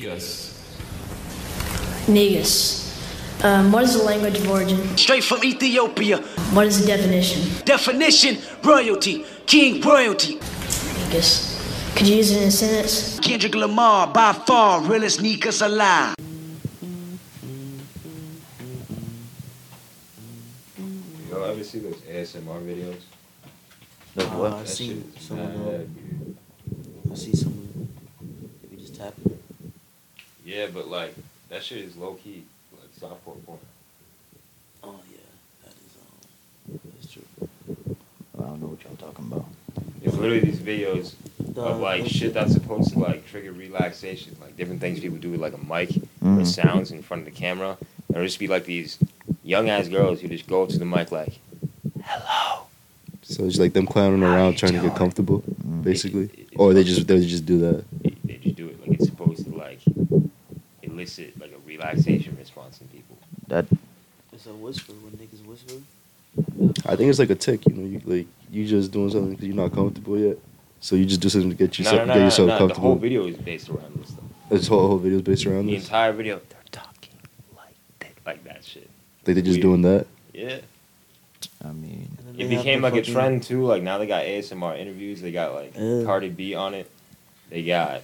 Negus. Negus. Um, what is the language of origin? Straight from Ethiopia. What is the definition? Definition royalty. King royalty. Negus. Could you use it in a sentence? Kendrick Lamar, by far, realest Negus alive. Y'all ever see those ASMR videos? The Uh, what? I've That seen shit is some of mad, them. dude. I've seen some of them. If you just tap it. Yeah, but like that shit is low key like softcore porn. Oh, yeah. That is, um, that's true. I don't know what y'all talking about. It's literally these videos The- of like shit that's supposed to like trigger relaxation, like different things people do with like a mic or Mm. Mhm. sounds in front of the camera. And it'll just be like these young ass girls who just go up to the mic like, So it's like them clowning around trying to get comfortable, basically, or they just they just do that. they, they just do it like it's supposed to like elicit like a relaxation response in people. That It's a whisper when niggas whisper. I think it's like a tick, you know, you, like you just doing something because you're not comfortable yet, so you just do something to get yourself no, no, no, get no, yourself no, The comfortable. whole video is based around this stuff. This whole whole video's based around The this. entire video, they're talking like that, like that shit. Like they just Weird. doing that. Yeah. I mean, And then It they have became the like a fucking- trend too. Like now they got ASMR interviews. They got like Yeah. Cardi B on it. They got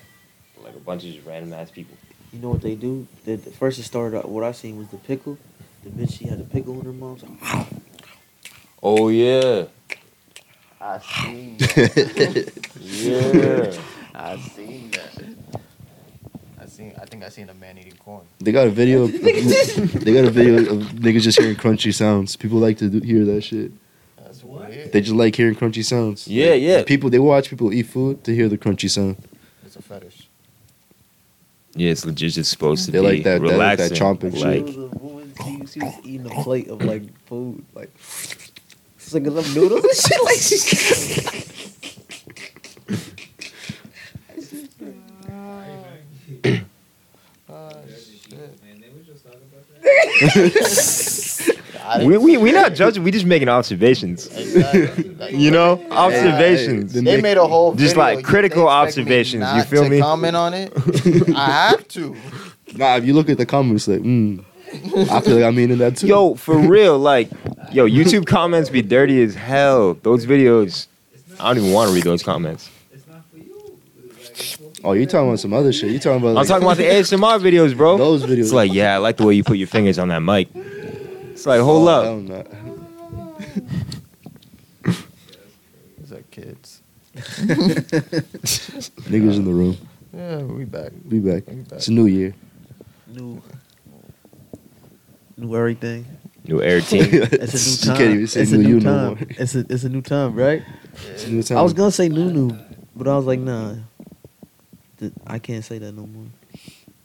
like a bunch of just random ass people. You know what they do? The, the first it started out. What I seen was the pickle. The bitch she had a pickle in her mouth. so- Oh yeah, I seen yeah. I seen that. I seen. I think I seen a man eating corn. They got a video. Of, they got a video of niggas just hearing crunchy sounds. People like to do, hear that shit. That's weird. They just like hearing crunchy sounds. Yeah, yeah. People they watch people eat food to hear the crunchy sound. It's a fetish. yeah, it's legit. Just supposed They like that- that- like that chomping She was a woman. She, she was eating a plate of like food, like singing up noodles and shit. Like she. I We didn't we see we that. not judging. We just making observations. Exactly. Like, You know, Hey, observations. hey, They made a whole Just, video. like, You critical expect me observations, you not feel to me? Comment on it. I have to. Nah, if you look at the comments, like, mm, I feel like I'm eating that too. Yo, for real, like, yo, YouTube comments be dirty as hell. Those videos, I don't even want to read those comments. Oh, you talking about some other shit? You talking about? I'm Like, talking about the ASMR videos, bro. Those videos. It's like, yeah, I like the way you put your fingers on that mic. It's like, hold oh, up. hell nah. These are kids. Niggas in the room. Yeah, we back. Be back. We back. It's a new year. New. New everything. New air team. It's a new You time. can't even say it's new a you new no time. more. it's a it's a new time, right? It's a new time. I was gonna say new new, but I was like, nah. Th- I can't say that no more.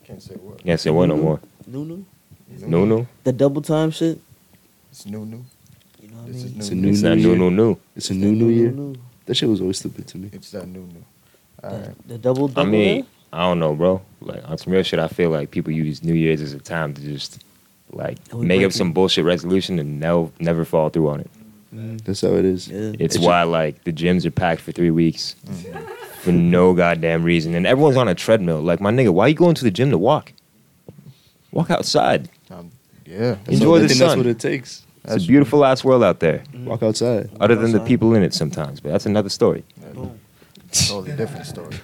Can't say what. Can't say one no more. New new. No, no. The double time shit. It's new, new. You know what I This is mean? new. It's It's a new new. new not new, year. no, no. It's a new new year. new. That shit was always stupid to me. It's that new, new. All The, right. the double I double. mean, there? I don't know, bro. Like, on some real shit, I feel like people use New Year's as a time to just, like, Oh, we make break up some it. bullshit resolution and never, never fall through on it. That's how it is. Yeah. It's why, like, the gyms are packed for three weeks Mm. for no goddamn reason. And everyone's on a treadmill. Like, my nigga, why you going to the gym to walk? Walk outside. Um, yeah. That's Enjoy all- I the think That's sun. what it takes. It's a beautiful ass world out there. mm-hmm. Walk Mm-hmm. outside. Other than the Outside. people in it sometimes, but that's another story. Boom. Totally different story.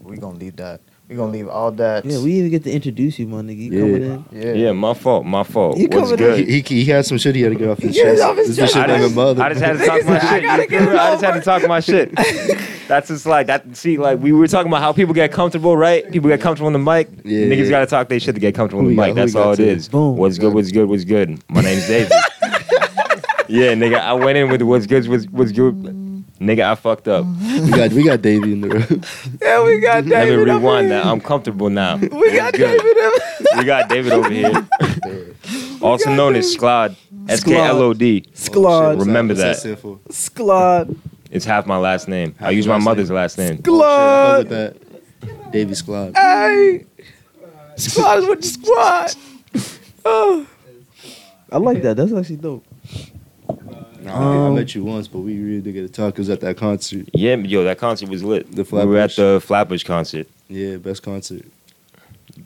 We're going to leave that. We're going to leave all that. Yeah, we even get to introduce you, my nigga. You Yeah. coming in? Yeah. Yeah, my fault. My fault. You What's covered good? He, he he had some shit he had to get off his Get it chest. off his This is chest. shit I like a just, mother. I just had to talk my shit. I, I just had to talk my shit. That's just like that. See, like we were talking about how people get comfortable, right? People get comfortable on the mic. Yeah. Niggas gotta talk they shit to get comfortable Who on the we mic. got? Who we That's got all it today? is. Boom. What's good? What's good? What's good? My name's David. yeah, nigga, I went in with what's good. What's, what's good? Nigga, I fucked up. we got we got Davey in the room. Yeah, we got Let me rewind that. I'm comfortable now. We got good. David. We got David over here, also got known as Sklod. S K L O D. Sklod. Remember What's that. sinful? Sklod. It's half my last name. I Half use your my last mother's last name. Oh, Sklod. shit, I fuck with that. Davey Squad. Hey. Sklod is with the squad. Oh. I like that. That's actually dope. Nah, I Um, met you once, but we really did get to talk. It was at that concert. Yeah, yo, that concert was lit. The We were at Flatbush. the Flatbush concert. Yeah, best concert.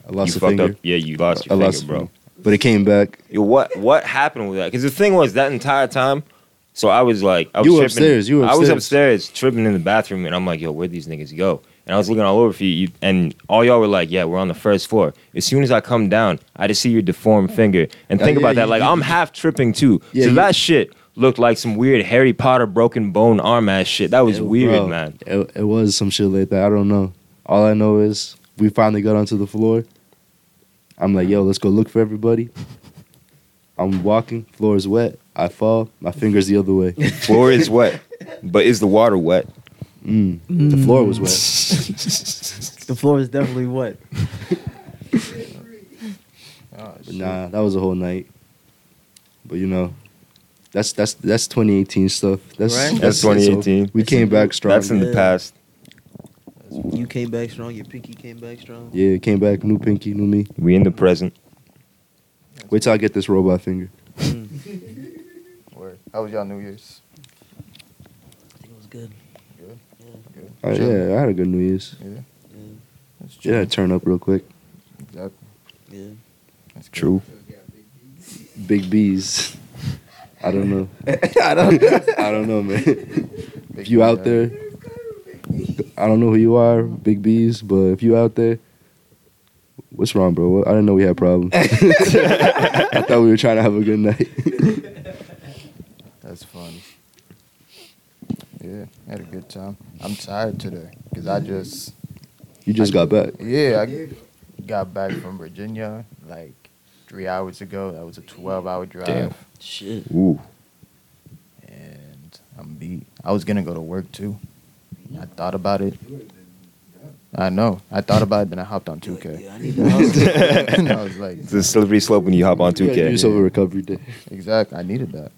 I lost you a fucked finger. up. Yeah, you lost I your lost finger, bro. a finger. But it came back. Yo, what what happened with that? Because the thing was that entire time, so I was like, I was You were tripping, upstairs, you were I was upstairs. upstairs tripping in the bathroom, and I'm like, yo, where'd these niggas go? And I was looking all over for you, you- and all y'all were like, yeah, we're on the first floor. As soon as I come down, I just see your deformed finger, and Oh, think yeah, about that. you- like you- I'm half tripping too. Yeah, so you- that shit looked like some weird Harry Potter broken bone arm ass shit. That was It- weird, bro, man. It, it was some shit like that. I don't know. All I know is we finally got onto the floor. I'm like, yo, let's go look for everybody. I'm walking, floor is wet. I fall, my finger's the other way. Floor is wet, but is the water wet? Mm. The floor was wet. The floor is definitely wet. Oh, But nah, that was a whole night. But you know, that's that's that's 2018 stuff. That's Right? That's it's over. 2018. We came back strong. That's in the Yeah. past. You came back strong. Your pinky came back strong. yeah, it came back new pinky, new me. We in the present. Wait till I get this robot finger. Mm. Word. How was y'all New Year's? I think it was good. Oh, Sure. yeah, I had a good New Year's. That's It had to turn up real quick. Yeah. That's True. Big B's. I don't know. I don't. I don't know, man. If you out there, I don't know who you are, Big B's, but if you out there, what's wrong, bro? What- I didn't know we had problems. I thought we were trying to have a good night. That's funny. Yeah, had a good time. I'm tired today because I just You just got back. yeah I got back from Virginia like three hours ago. That was a 12 hour drive, Damn. Shit. Ooh. and I'm beat. I was gonna go to work too. I thought about it. I know. I thought about it, then I hopped on 2K. Yeah, I need to hustle. and I was like, It's a slippery slope when you hop on You gotta do 2K. yourself a recovery day. Exactly. I needed that.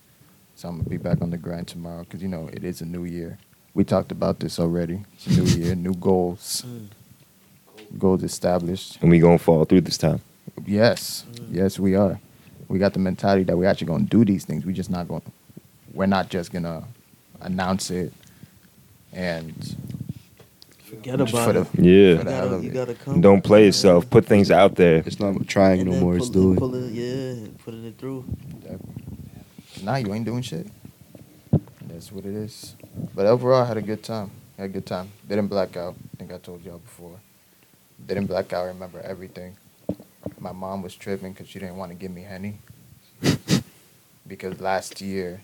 So I'm going to be back on the grind tomorrow because, you know, it is a new year. We talked about this already. It's a new year, new goals. Goals established. And we gonna fall through this time. Yes. Yes, we are. We got the mentality that we're actually going to do these things. We're just not going to, we're not just going to announce it and Forget just about for the, it. Yeah. for You the hell gotta, of you it. gotta come. Don't play yourself. Put things out there. It's not trying And no then more, pull- it's doing. pull it- yeah, putting it through. Nah, you ain't doing shit. That's what it is. But overall, I had a good time. I had a good time. Didn't black out. I think I told y'all before. Didn't black out. I remember everything. My mom was tripping because she didn't want to give me Henny. Because last year,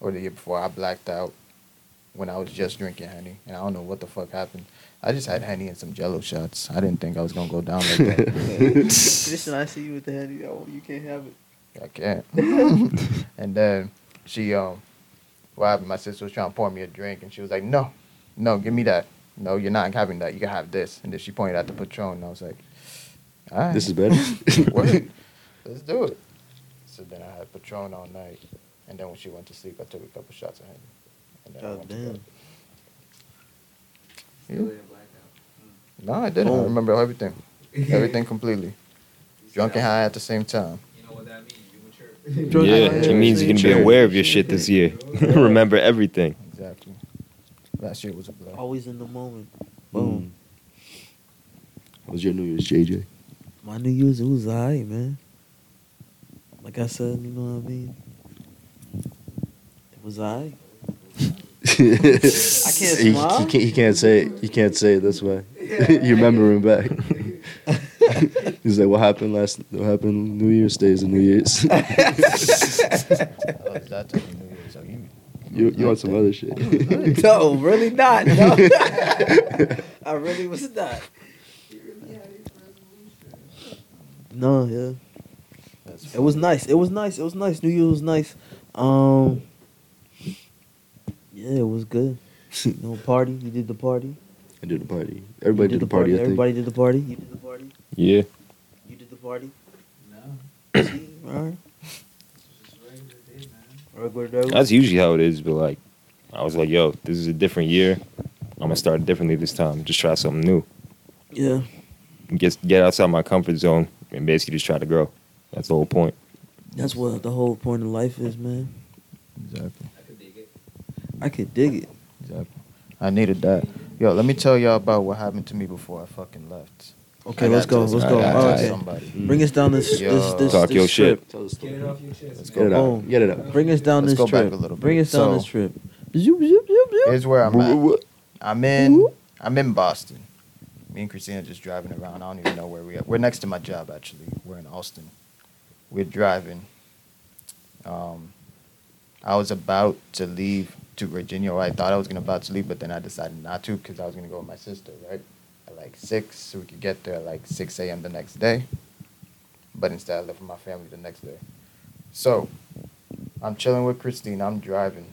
or the year before, I blacked out when I was just drinking Henny. And I don't know what the fuck happened. I just had Henny and some jello shots. I didn't think I was going to go down like that. Listen, I see you with the head. Oh, you can't have it. I can't. and then she, um, what happened? My sister was trying to pour me a drink, and she was like, "No, no, give me that. No, you're not having that. You can have this." And then she pointed at the Patron, and I was like, "All right, This is better. Word. Let's do it." So then I had Patron all night, and then when she went to sleep, I took a couple shots of Henny. And then I God went to bed. damn. No, I didn't. Oh. I remember everything, everything completely. Drunk and high at the same time. Drunk yeah, driver, it means you're gonna be sure. aware of your shit this year. Remember everything. Exactly. Last year was a blur. Always in the moment. Boom. What was your New Year's, JJ? My New Year's, it was alright, man. Like I said, you know what I mean. It was alright. I can't he, smile? He can't, he can't say it. He can't say it this way. you remember him back. He's like, what happened last? What happened New Year's Day is a New Year's. Oh, that type of New Year's. Oh, you you you on some other shit. no, really not. No. I really was not. No, yeah. That's It was nice. It was nice. It was nice. New Year was nice. Um, yeah, it was good. No party. You did the party. I did the party. You Everybody did, the party. I think. Everybody did the party. You did the party. Yeah. You did the party. No. See, all right. Regular day, man. That's usually how it is, but like I was like, yo, this is a different year. I'm gonna start differently this time. Just try something new. Yeah. Get get outside my comfort zone and basically just try to grow. That's the whole point. That's what the whole point of life is, man. exactly. I could dig it. Exactly. I needed that. Yo, let me tell y'all about what happened to me before I fucking left. Okay, let's go. Let's go. Alright, Oh, alright. okay. Somebody. Bring us down this this Yo. this, Talk this your shit. trip. Let's Get go. it Boom. out. Get it out. Bring us down this Let's go back trip. a little bit. Bring us down So- this trip. Zoop, zoop, zoop, zoop. Here's where I'm at. I'm in. I'm in Boston. Me and Christina just driving around. I don't even know where we are. We're next to my job actually. We're in Austin. We're driving. Um, I was about to leave to Virginia, or I thought I was gonna about to leave, but then I decided not to because I was gonna go with my sister, right? At like six, so we could get there at like six a.m. the next day. But instead, I left with my family the next day. So, I'm chilling with Christina. I'm driving.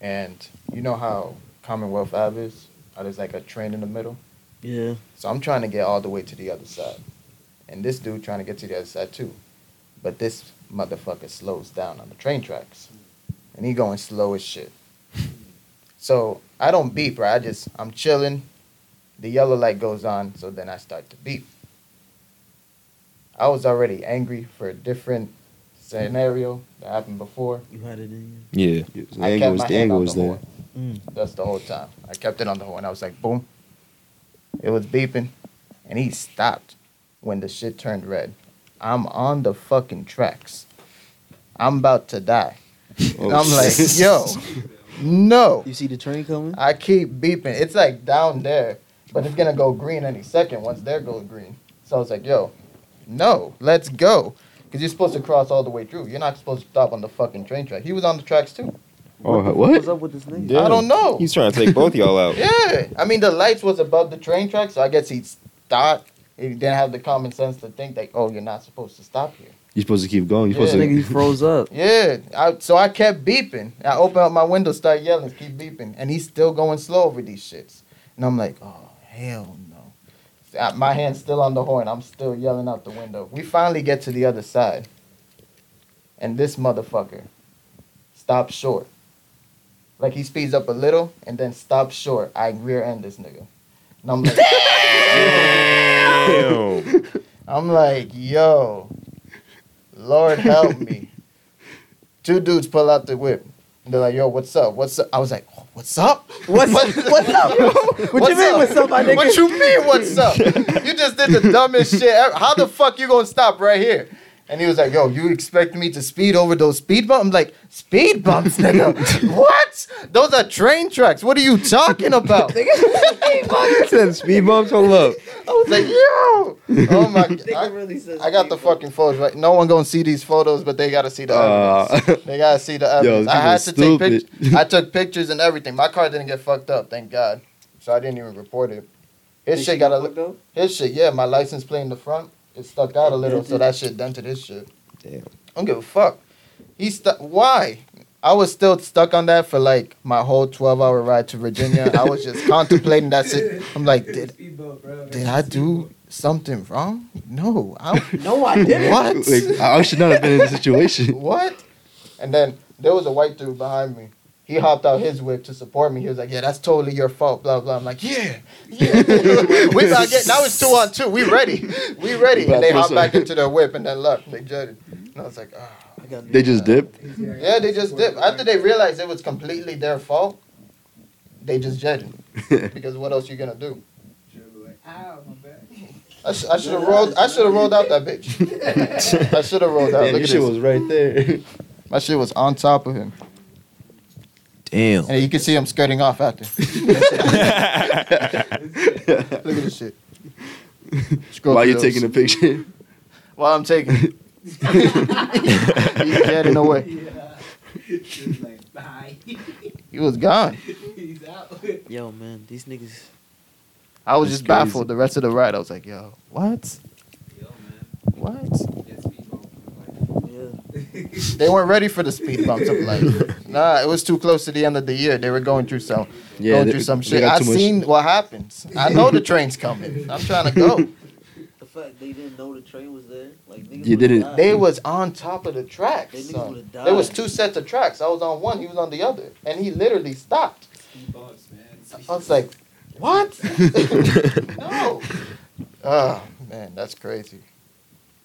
And you know how Commonwealth Ave is? How there's like a train in the middle? Yeah. So I'm trying to get all the way to the other side. And this dude trying to get to the other side too. But this motherfucker slows down on the train tracks. And he going slow as shit. So I don't beep, right? I just I'm chilling. The yellow light goes on, so then I start to beep. I was already angry for a different scenario that happened before. You had it in Yeah. The I angle kept was my the hand angle on was the there. horn. you. Mm. That's the whole time. I kept it on the horn. I was like, boom. It was beeping. And he stopped when the shit turned red. I'm on the fucking tracks. I'm about to die. Oh, And I'm like, yo, no. You see the train coming? I keep beeping. It's like down there, but it's gonna go green any second once there goes green. So I was like, yo, no, let's go. Because you're supposed to cross all the way through. You're not supposed to stop on the fucking train track. He was on the tracks too. Oh, the fuck what? was up with this nigga? I don't know. He's trying to take both y'all out. Yeah, I mean the lights was above the train track, so I guess he stopped. He didn't have the common sense to think that oh, you're not supposed to stop here. You're supposed to keep going. You're Yeah. This supposed nigga, he to. froze up. Yeah, I, so I kept beeping. I opened up my window, start yelling, keep beeping, and he's still going slow over these shits. And I'm like, oh hell no. I- My hand's still on the horn. I'm still yelling out the window. We finally get to the other side, and this motherfucker stops short. Like he speeds up a little and then stops short. I rear end this nigga, and I'm like. Damn. I'm like, yo, Lord help me. Two dudes pull out the whip. And they're like, yo, what's up? What's up? I was like, what's up? What's- what's up? What you mean, what's up, my nigga? What you mean, what's up? you just did the dumbest shit ever. How the fuck you gonna stop right here? And he was like, yo, you expect me to speed over those speed bumps? I'm like, speed bumps, nigga? what? Those are train tracks. What are you talking about? Said speed bumps. Hold up. I was like, yo! Oh my god. I- really says I got the fucking photos. Right? No one gonna see these photos, but they gotta see the Uh, evidence. they gotta see the evidence. I people had to take pictures. stupid. I took pictures and everything. My car didn't get fucked up, thank God. So I didn't even report it. His shit got a li- though. his shit. Yeah, my license plate in the front it stuck out a little, so that shit dented his shit. Damn. I don't give a fuck. He stuck. Why? I was still stuck on that for like my whole twelve hour ride to Virginia. I was just contemplating that shit. I'm like, did did I do something wrong? No, I No, I didn't. what? Like, I I should not have been in this situation. what? And then there was a white dude behind me. He hopped out his whip to support me. He was like, "Yeah, that's totally your fault." Blah blah. I'm like, "Yeah, yeah." we about get now. It's two on two. We ready. We ready. And they hopped back into their whip and then left. They jutted. And I was like, "Ah." I got They just dipped. "Yeah." They just dipped after they realized it was completely their fault. They just jutted because what else you gonna do? I, sh- I should have rolled. I should have rolled out that bitch. I should have rolled out. Damn, that Look at shit this. was right there. My shit was on top of him. Damn. And you can see him skirting off after. Look at this shit. Scroll While through you're those. taking a picture. While I'm taking it. He's getting away. He was gone. Yo, man, these niggas. I was That's just crazy. baffled the rest of the ride. I was like, yo, what? What? Yeah. They weren't ready for the speed bumps of life. Nah, it was too close to the end of the year. They were going through some going they- through some they shit. got I too much- seen what happens. I know the train's coming. I'm trying to go. The fact they didn't know the train was there, like niggas. You would've didn't- died. They was on top of the tracks. They niggas son. would've died. There was two sets of tracks. I was on one, he was on the other, and he literally stopped. I was like, "What? no." Oh man, that's crazy.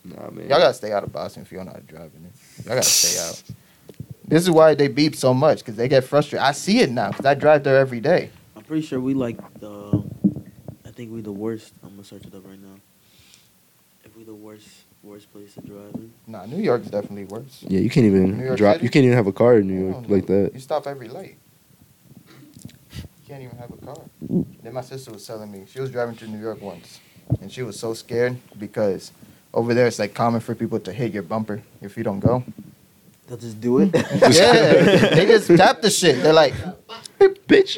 Nah, man. Y'all gotta stay out of Boston if you don't know how to drive in it. Y'all gotta stay out. This is why they beep so much because they get frustrated. I see it now because I drive there every day. I'm pretty sure we like the. I think we the worst. I'm gonna search it up right now. probably the worst worst place to drive in. Nah, New York's definitely worse. Yeah, you can't even New York drop. City? You can't even have a car in New Hell York no. like that. You stop every light. You can't even have a car. Then my sister was telling me she was driving to New York once, and she was so scared because over there it's like common for people to hit your bumper if you don't go. They'll just do it. yeah, they just tap the shit. They're like, Bitch,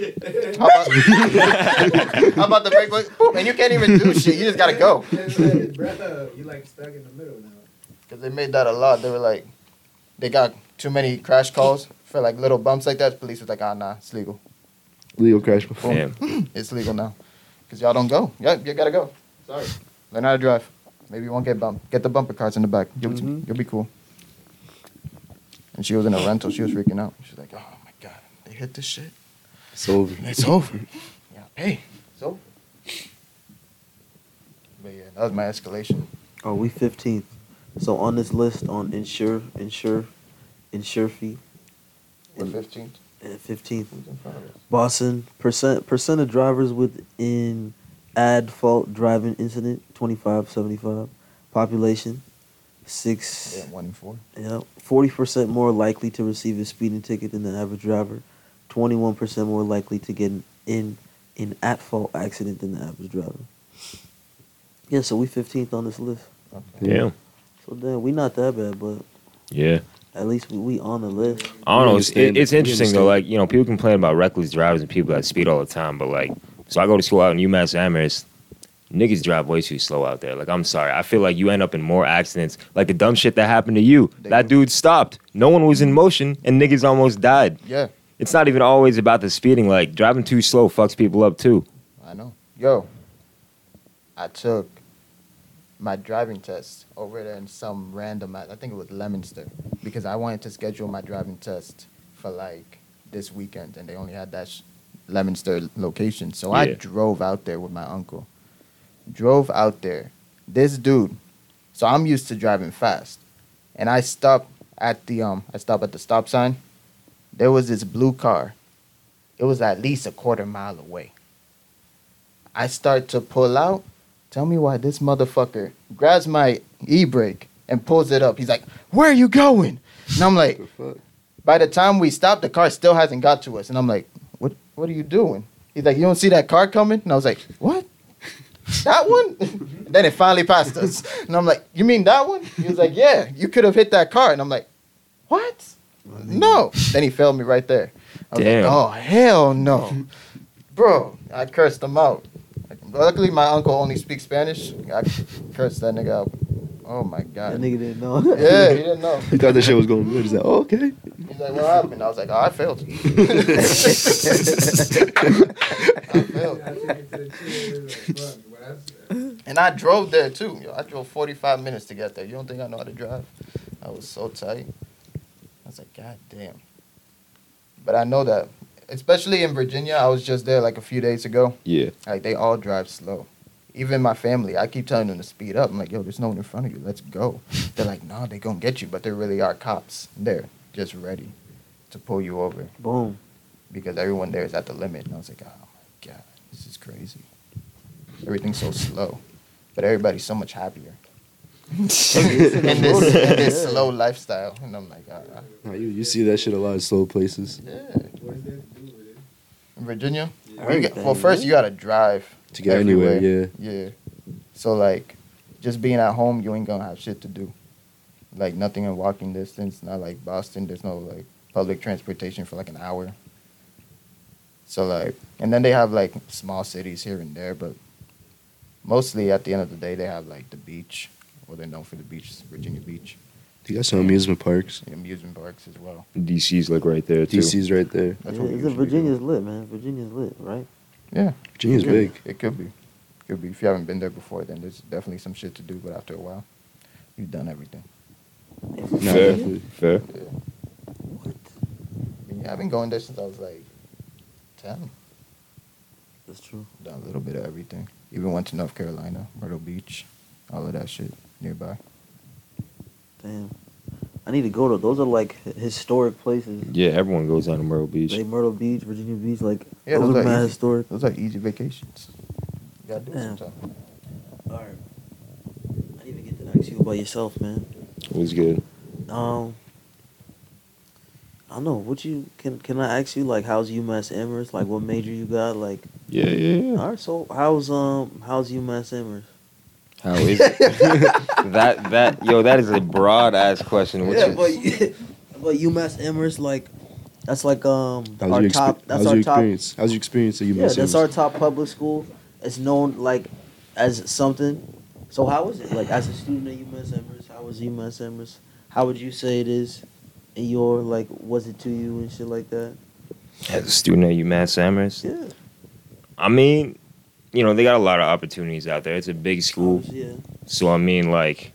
how about, how about the brake? was- Boom, and you can't even do shit. You just gotta go. Bruh, you like stuck in the middle now. Cause they made that a lot. They were like, they got too many crash calls for like little bumps like that. Police was like, ah, nah, it's legal. legal crash before. Damn. It's legal now. Because y'all don't go. Yeah, you gotta go. Sorry. Learn how to drive. Maybe you won't get bumped. Get the bumper cars in the back. You'll, you'll be cool. And she was in a rental. She was freaking out. She's like, oh my God. They hit this shit. It's over. It's over. yeah, hey. It's over. But yeah, that was my escalation. oh, we fifteenth. So on this list on insure insure insure fee We're Mm. 15. and fifteenth Who's in front of us? Boston percent percent of drivers within ad fault driving incident twenty five seventy five population six Yeah, one and four. Yeah, forty percent more likely to receive a speeding ticket than the average driver, twenty-one percent more likely to get in an at-fault accident than the average driver. Yeah, so we fifteenth on this list. Okay. Damn. So damn, we not that bad, but Yeah. at least we, we on the list. I don't We know. It's, understand. it, it's We interesting though. Like understand. you know, people complain about reckless drivers and people that speed all the time. But like, so I go to school out in UMass Amherst. Niggas drive way too slow out there. Like I'm sorry, I feel like you end up in more accidents. Like the dumb shit that happened to you. That dude stopped. No one was in motion, and niggas almost died. Yeah, It's not even always about the speeding. Like driving too slow fucks people up too. I know. Yo, I took my driving test over there in some random, I I think it was Leominster, because I wanted to schedule my driving test for like this weekend, and they only had that sh- Leominster location. So I Yeah. drove out there with my uncle. Drove out there. This dude, so I'm used to driving fast, and I stopped at the um, I stopped at the stop sign. There was this blue car. It was at least a quarter mile away. I start to pull out. Tell me why this motherfucker grabs my e brake and pulls it up. He's like, Where are you going? And I'm like, fuck? By the time we stop, the car still hasn't got to us. And I'm like, What what are you doing? He's like, You don't see that car coming? And I was like, What? That one? then it finally passed us. And I'm like, You mean that one? He was like, Yeah, you could have hit that car. And I'm like, What? No. Then he failed me right there. I was Damn. like, Oh hell no. Bro, I cursed him out. Luckily, my uncle only speaks Spanish. I cursed that nigga out. Oh my That god. nigga didn't know. Yeah, he didn't know. You thought that shit was going good. He's like, oh, okay. He's like, "What happened?" I was like, "Oh, I failed." I failed, I took it to the chin. it was like, fuck, what I said. and I drove there too. Yo, I drove 45 minutes to get there. You don't think I know how to drive? I was so tight. I was like, "God damn!" But I know that, especially in Virginia, I was just there like a few days ago. Yeah. Like they all drive slow. Even my family, I keep telling them to speed up. I'm like, yo, there's no one in front of you. Let's go. They're like, no, they gonna get you, but there really are cops there, just ready to pull you over Boom. because everyone there is at the limit. And I was like, oh my god, this is crazy. Everything's so slow, but everybody's so much happier in this, in this slow lifestyle. And I'm like, ah, Nah, you, you see that shit a lot in slow places yeah. What does that do with it? In Virginia, you Everything, got- well, first right? you gotta drive to get anywhere. Yeah. Yeah. So like, just being at home, you ain't gonna have shit to do. Like nothing in walking distance. Not like Boston. There's no like public transportation for like an hour. So like, and then they have like small cities here and there, but mostly at the end of the day, they have like the beach. Well, they're known for the beach, Virginia Beach, You got some amusement parks. the amusement parks as well. DC's like right there too. DC's right there. That's yeah, what we it's a usually do. Virginia's lit, man. Virginia's lit, right? Yeah, Virginia's It could- big. It could be, could be. If you haven't been there before, then there's definitely some shit to do. But after a while, you've done everything. Nah, Fair. definitely. Fair. I mean, yeah, I've been going there since I was like 10. That's true. Done a little bit of everything. Even went to North Carolina, Myrtle Beach, all of that shit nearby. Damn. I need to go to those are like h- historic places. Yeah, everyone goes down to Myrtle Beach. Like Myrtle Beach, Virginia Beach, like Yeah, those, those are are mad easy. historic. Those are easy vacations. You gotta do it Damn. sometime. Alright. I need to get the to you about yourself, man. It was good. Um, I don't know. What you can can I ask you like how's UMass Amherst? Like what major you got? Like Yeah, yeah, all right, so how's um how's UMass Amherst? How is it? that that yo, that is a broad ass question. Which yeah, is, but but UMass Amherst like that's like um How's our your, expe- top that's how's our your top experience? How's your experience at UMass? yeah that's Amherst? our top public school. It's known like as something. So how is it like as a student at UMass Amherst? How was UMass Amherst? How would you say it is? In your like, was it to you and shit like that? as a student at UMass Amherst, Yeah, I mean, you know, they got a lot of opportunities out there. It's a big school. yeah. So I mean, like,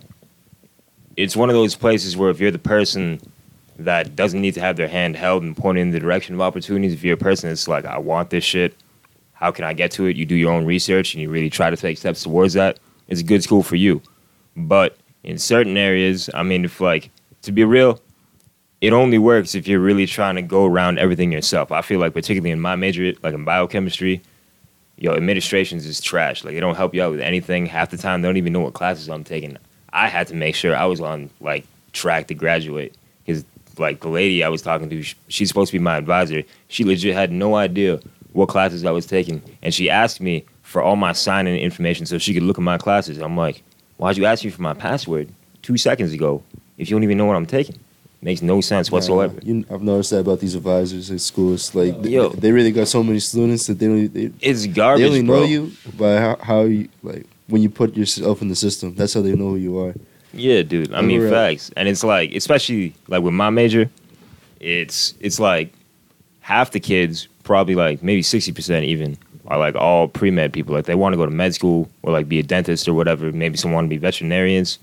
it's one of those places where if you're the person that doesn't need to have their hand held and pointed in the direction of opportunities, if you're a person that's like, I want this shit, how can I get to it? You do your own research and you really try to take steps towards that. It's a good school for you. But in certain areas, I mean, if like to be real. It only works if you're really trying to go around everything yourself. I feel like, particularly in my major, like in biochemistry, yo, administrations is trash. Like they don't help you out with anything. Half the time they don't even know what classes I'm taking. I had to make sure I was on like track to graduate because like the lady I was talking to, sh- she's supposed to be my advisor. She legit had no idea what classes I was taking, and she asked me for all my sign-in information so she could look at my classes. I'm like, why'd you ask me for my password two seconds ago if you don't even know what I'm taking? Makes no sense whatsoever. Yeah, you, I've noticed that about these advisors at schools. Like, they, Yo. they really got so many students that they don't. They, It's they garbage, only know bro. you by how, how you like when you put yourself in the system. That's how they know who you are. Yeah, dude. I mean, Overall. facts. And it's like, especially like with my major, it's it's like half the kids, probably like maybe sixty percent even, are like all pre med people. Like they want to go to med school or like be a dentist or whatever. Maybe some want to be veterinarians.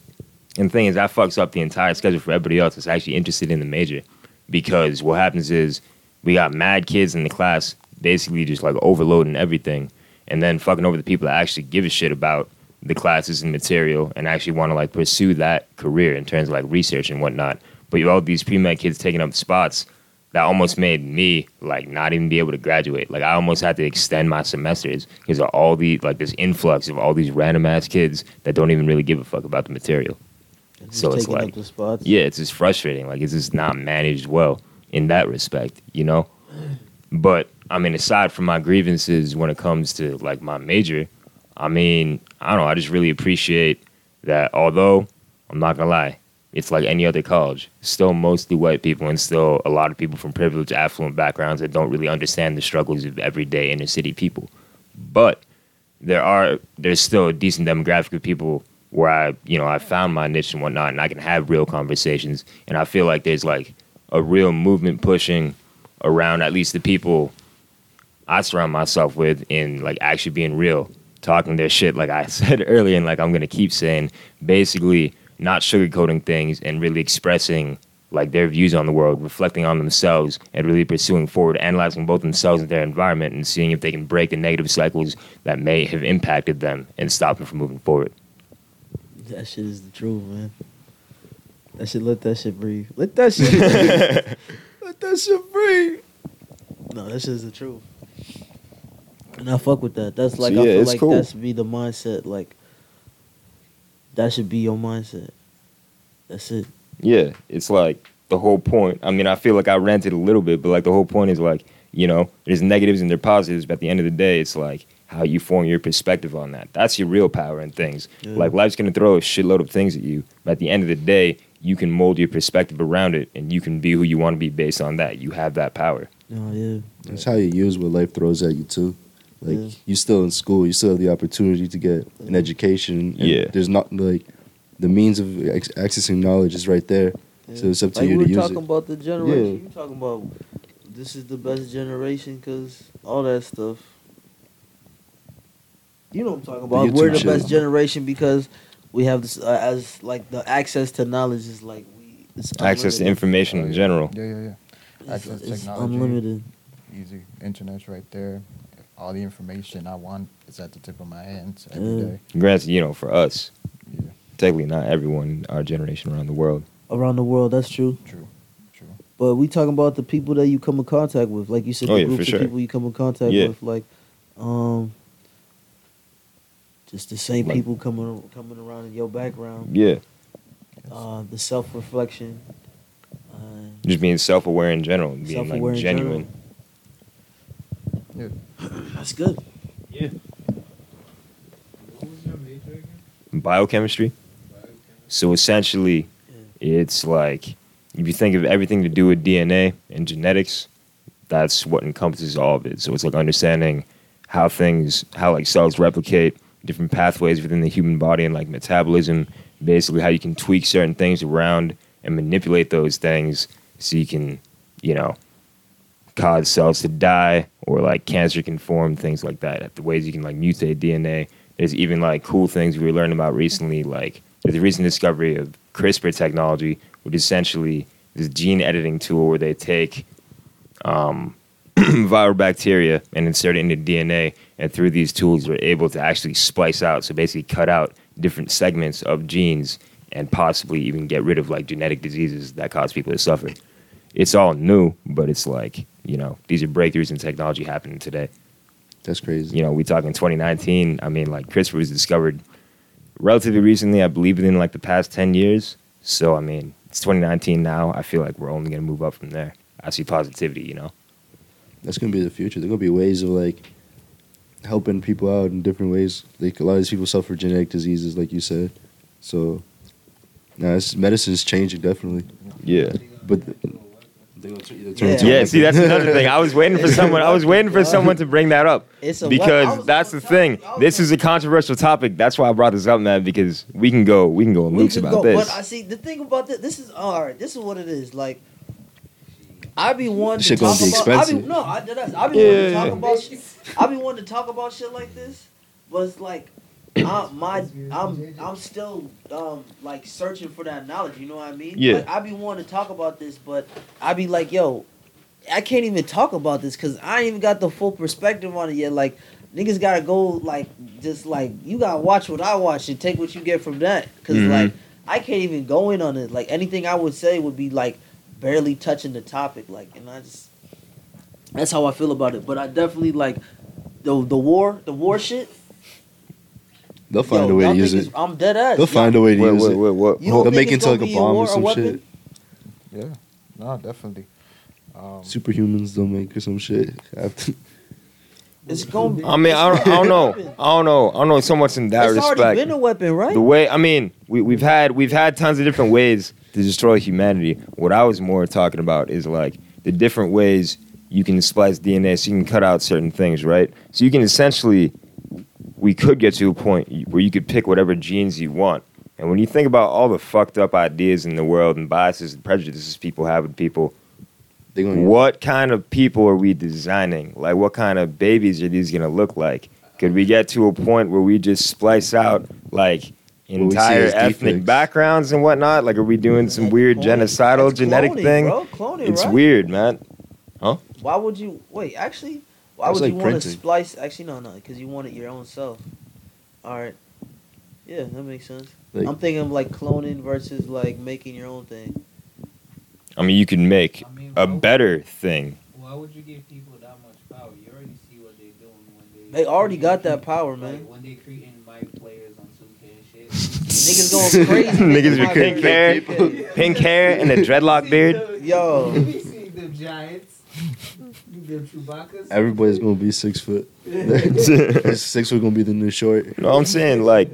And the thing is, that fucks up the entire schedule for everybody else that's actually interested in the major, because what happens is we got mad kids in the class, basically just like overloading everything, and then fucking over the people that actually give a shit about the classes and material and actually want to like pursue that career in terms of like research and whatnot. But you all these pre med kids taking up spots that almost made me like not even be able to graduate. Like I almost had to extend my semesters because of all the like this influx of all these random ass kids that don't even really give a fuck about the material. So it's taking like- up the spots. Yeah, it's just frustrating. Like it's just not managed well in that respect, you know? But I mean aside from my grievances when it comes to like my major, I mean, I don't know, I just really appreciate that although I'm not gonna lie, it's like any other college. Still mostly white people and still a lot of people from privileged affluent backgrounds that don't really understand the struggles of everyday inner city people. But there are there's still a decent demographic of people where I you know I found my niche and whatnot, and I can have real conversations. And I feel like there's like a real movement pushing around at least the people I surround myself with in like actually being real, talking their shit like I said earlier, and like I'm gonna keep saying, basically not sugarcoating things and really expressing like their views on the world, reflecting on themselves, and really pursuing forward, analyzing both themselves and their environment, and seeing if they can break the negative cycles that may have impacted them and stop them from moving forward. That shit is the truth, man. That shit, let that shit breathe. Let that shit breathe. let that shit breathe. No, that shit is the truth. And I fuck with that. That's like, So, I yeah, feel it's like cool. that should be the mindset. Like, that should be your mindset. That's it. Yeah, it's like the whole point. I mean, I feel like I ranted a little bit, but like the whole point is like, you know, there's negatives and there's positives, but at the end of the day, it's like how you form your perspective on that. That's your real power in things. Yeah. Like life's gonna throw a shitload of things at you, but at the end of the day, you can mold your perspective around it and you can be who you wanna be based on that. You have that power. No, yeah. That's how you use what life throws at you too. Like Yeah. you still in school, you still have the opportunity to get an education. and Yeah. there's not like the means of ac- accessing knowledge is right there. So it's up to like you we to were use talking it. about the generation. Yeah. You talking about this is the best generation because all that stuff. You know what I'm talking about. YouTube We're the shit. best generation because we have this uh, as like the access to knowledge is like we it's Access to unlimited. information in general. Oh, Yeah, yeah, yeah. It's- access to it's technology. unlimited. Easy. Internet's right there. All the information I want is at the tip of my hands every Yeah. day. Granted, you know, for us, Yeah. technically not everyone in our generation around the world. around the world. That's true. True. True. But we talking about the people that you come in contact with, like you said, Oh, the yeah, groups for of sure. people you come in contact Yeah. with, like, um, just the same Like- people coming coming around in your background. Yeah. uh, the self reflection, uh, Just being self aware in general, being self aware like genuine. That's good. What was your major again? Biochemistry. So essentially, it's like if you think of everything to do with DNA and genetics, that's what encompasses all of it. So it's like understanding how things, how like cells replicate, different pathways within the human body, and like metabolism. Basically, how you can tweak certain things around and manipulate those things so you can, you know, cause cells to die or like cancer can form, things like that. The ways you can like mutate DNA. There's even like cool things we were learning about recently, like there's a recent discovery of CRISPR technology, which essentially is gene editing tool where they take um, viral bacteria and insert it into DNA, and through these tools, they're able to actually splice out, so basically cut out different segments of genes and possibly even get rid of like genetic diseases that cause people to suffer it's all new, but it's like, you know, these are breakthroughs in technology happening today. That's crazy. You know, we talk in 2019. I mean, like, CRISPR was discovered relatively recently, I believe, within like the past 10 years. So, I mean, it's 2019 now. I feel like we're only going to move up from there. I see positivity, you know? That's gonna be the future. There gonna be ways of like helping people out in different ways. Like a lot of these people suffer genetic diseases, like you said. So, now it's medicine's changing definitely. Yeah. But they gonna turn, turn into Yeah, see, that's another thing. I was waiting for someone. I was waiting for someone to bring that up. It's a because that's the thing. This is a controversial topic. That's why I brought this up, man. Because we can go, we can go in we loops could about go, this. But I see the thing about this. This is all right. This is what it is. Like, I be one This to shit talk gonna be about. I be, expensive. no, I, that's, I be Yeah. one to talk about. I be one to talk about shit like this, but it's like. I, my, I'm I'm still um, like searching for that knowledge. You know what I mean? Yeah. Like, I be wanting to talk about this, but I be like, yo, I can't even talk about this because I ain't even got the full perspective on it yet. Like niggas gotta go like just like you gotta watch what I watch and take what you get from that. because Mhm. like I can't even go in on it. Like anything I would say would be like barely touching the topic. Like and I just that's how I feel about it. But I definitely like the the war the war shit. They'll find yo, a way to y'all use think it. it's- I'm dead ass. They'll find a way to Wait, use wait, it. wait, what? You don't They'll think make it's it into like gonna a be a bomb war or or some weapon? shit. Yeah, no, definitely. Um, Superhumans they'll make or some shit. After. It's gonna. I mean, I don't, I don't know. I don't know. I don't know so much in that It's already respect. been a weapon, right? The way I mean, we, we've had we've had tons of different ways to destroy humanity. What I was more talking about is like the different ways you can splice DNA, so you can cut out certain things, right? So you can essentially, we could get to a point where you could pick whatever genes you want. And when you think about all the fucked up ideas in the world and biases and prejudices people have with people, They gonna what kind of people are we designing? Like, what kind of babies are these gonna look like? Could we get to a point where we just splice out like we see entire as ethnic defects. backgrounds and whatnot? Like, are we doing some weird genocidal That's genetic cloning, thing? Bro. Cloning, It's right? weird, man. Why would you wait? Actually, why That's would like you want to printing. splice? Actually, no, no, because you want it your own self. All right. Yeah, that makes sense. Like- I'm thinking of like cloning versus like making your own thing. I mean, you can make I mean, a why- better thing. Why would you give people that much power? You already see what they're doing when They already got that power. power, Like, man. when they creating my players on 2K and shit. Niggas going crazy. Niggas with with pink hair, pink hair, and a dreadlock beard. Yo. We see them giants. Them Chewbacca's. Everybody's gonna be six foot. six foot gonna be the new short. No, I'm saying like,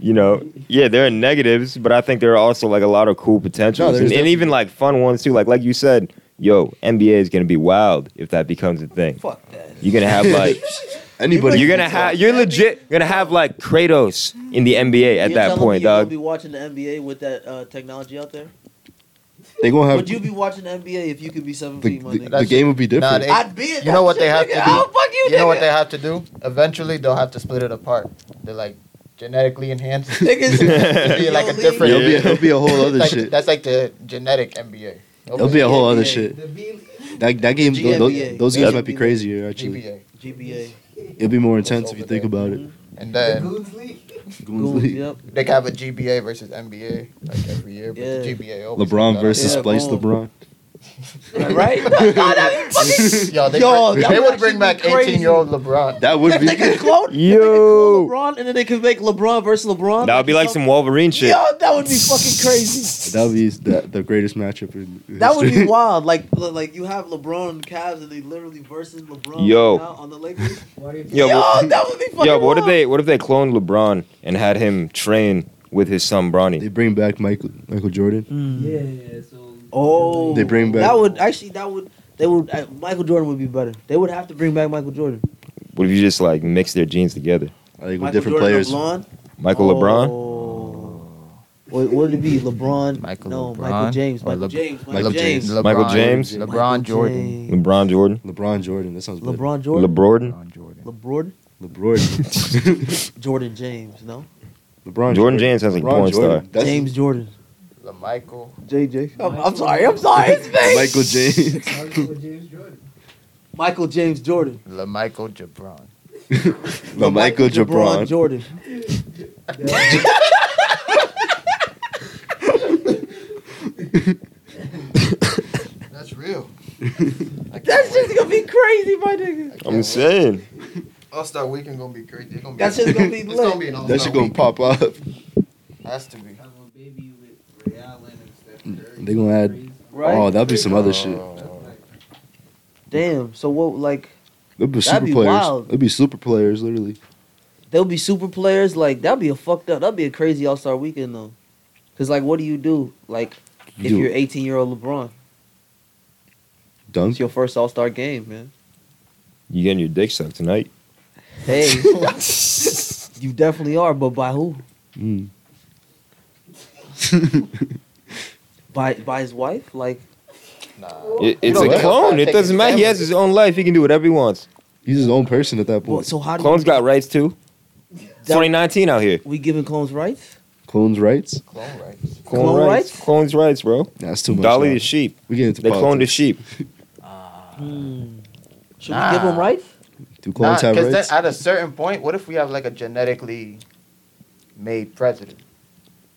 you know, yeah, there are negatives, but I think there are also like a lot of cool potentials there's and, and definitely- even like fun ones too. Like like you said, yo, NBA is gonna be wild if that becomes a thing. Fuck that. You're gonna have like Anybody? you're gonna have you're legit gonna have like Kratos in the NBA at You that telling point, me You'll dog. be watching the NBA with that uh, technology out there. They gonna have Would you be watching the NBA if you could be seven the, feet, my the, nigga? the game would be Nah, different. they- I'd be. in You that know what shit, they have nigga. to do? I'll fuck you, you know what nigga. they have to do? Eventually, they'll have to split it apart. They're like genetically enhanced. Niggas- It'll be like a Yo, different. It'll be, it'll be a whole other like, shit. That's like the genetic NBA. It'll be a whole other NBA. shit. The B- That that game, GBA. those, those Yeah. games might be crazier actually. GBA. GBA. It'll be more intense if you over think there. about it. And the then Goons League. Goons League. Yep. they can have a GBA versus NBA like every year. But Yeah. the GBA always LeBron does. versus Yeah, Splice boom. LeBron. right? that Yo, they, Yo, bring- that they would would bring actually back be crazy. 18 year old LeBron. That would they could be. clone they could Yo. clone LeBron, and then they could make LeBron versus LeBron. That would be like some Wolverine shit. Yo, that would be fucking crazy. That would be the, the greatest matchup in That would be history. wild. Like, like you have LeBron and Cavs, and they literally versus LeBron Yo. right now on the Lakers. What if Yo, Yo, but- that would be fucking. Yo, but what if wild. they what if they cloned LeBron and had him train with his son They Bronny? bring back Michael Michael Jordan. Mm. Mm. Yeah, yeah, so. Oh, They bring back- That would actually. That would. They would. Uh, Michael Jordan would be better. They would have to bring back Michael Jordan. What if you just like mix their genes together? I think Michael with different Jordan players. LeBron. Michael Oh. LeBron? LeBron. What, what would it be? LeBron. Michael no, LeBron Michael James. or Michael Le- James. Michael Michael James. LeBron- Michael James? LeBron Michael Jordan. James. LeBron Jordan? LeBron Jordan. That sounds good. LeBron Jordan. LeBron? LeBron Jordan. LeBron. LeBron. Jordan James. No. LeBron. Jordan James sounds like a porn star. That's James Jordan. LeMichael. JJ. I'm, I'm sorry. I'm sorry. It's me. Michael James. Michael James Jordan. Michael James Jordan. LeMichael Jabron. The Michael LeBron Jabron. Jordan. That's real. That's just gonna be crazy, my nigga. I'm saying. All Star Weekend gonna be crazy. It's gonna be- That's just gonna be it's lit. be an That All-Star shit gonna Weekend. pop up. Has to be. Have a baby with Ray Allen and Steph Curry. They gonna add- Crazy. Right? Oh, that'd be some other shit. Oh. Damn. So what? Like That'd be super That'd be players. wild. That'd be super players, literally. they'll be super players. Like that'd be a fucked up. That'd be a crazy All Star weekend though. Cause like, what do you do? Like, You if do you're 18 year old LeBron, dunk. it's your first All Star game, man. You getting your dick sucked tonight. Hey, you definitely are. But by who? Mm. By by his wife? Like, Nah. It- it's know a what? clone. It Take doesn't his matter. He has his own life. He can do whatever he wants. He's his own person at that well, point. so how do Clones you, got rights too. that- 2019 out here. We giving clones rights? Clones rights. Clone rights. Clone, Clone rights. rights? Clones rights, bro. That's too much. Dolly now. the sheep. We get into They cloned the politics. sheep. Hmm. Should Nah. we give him rights? Do Nah, clones have because then rights? at a certain point, what if we have like a genetically made president?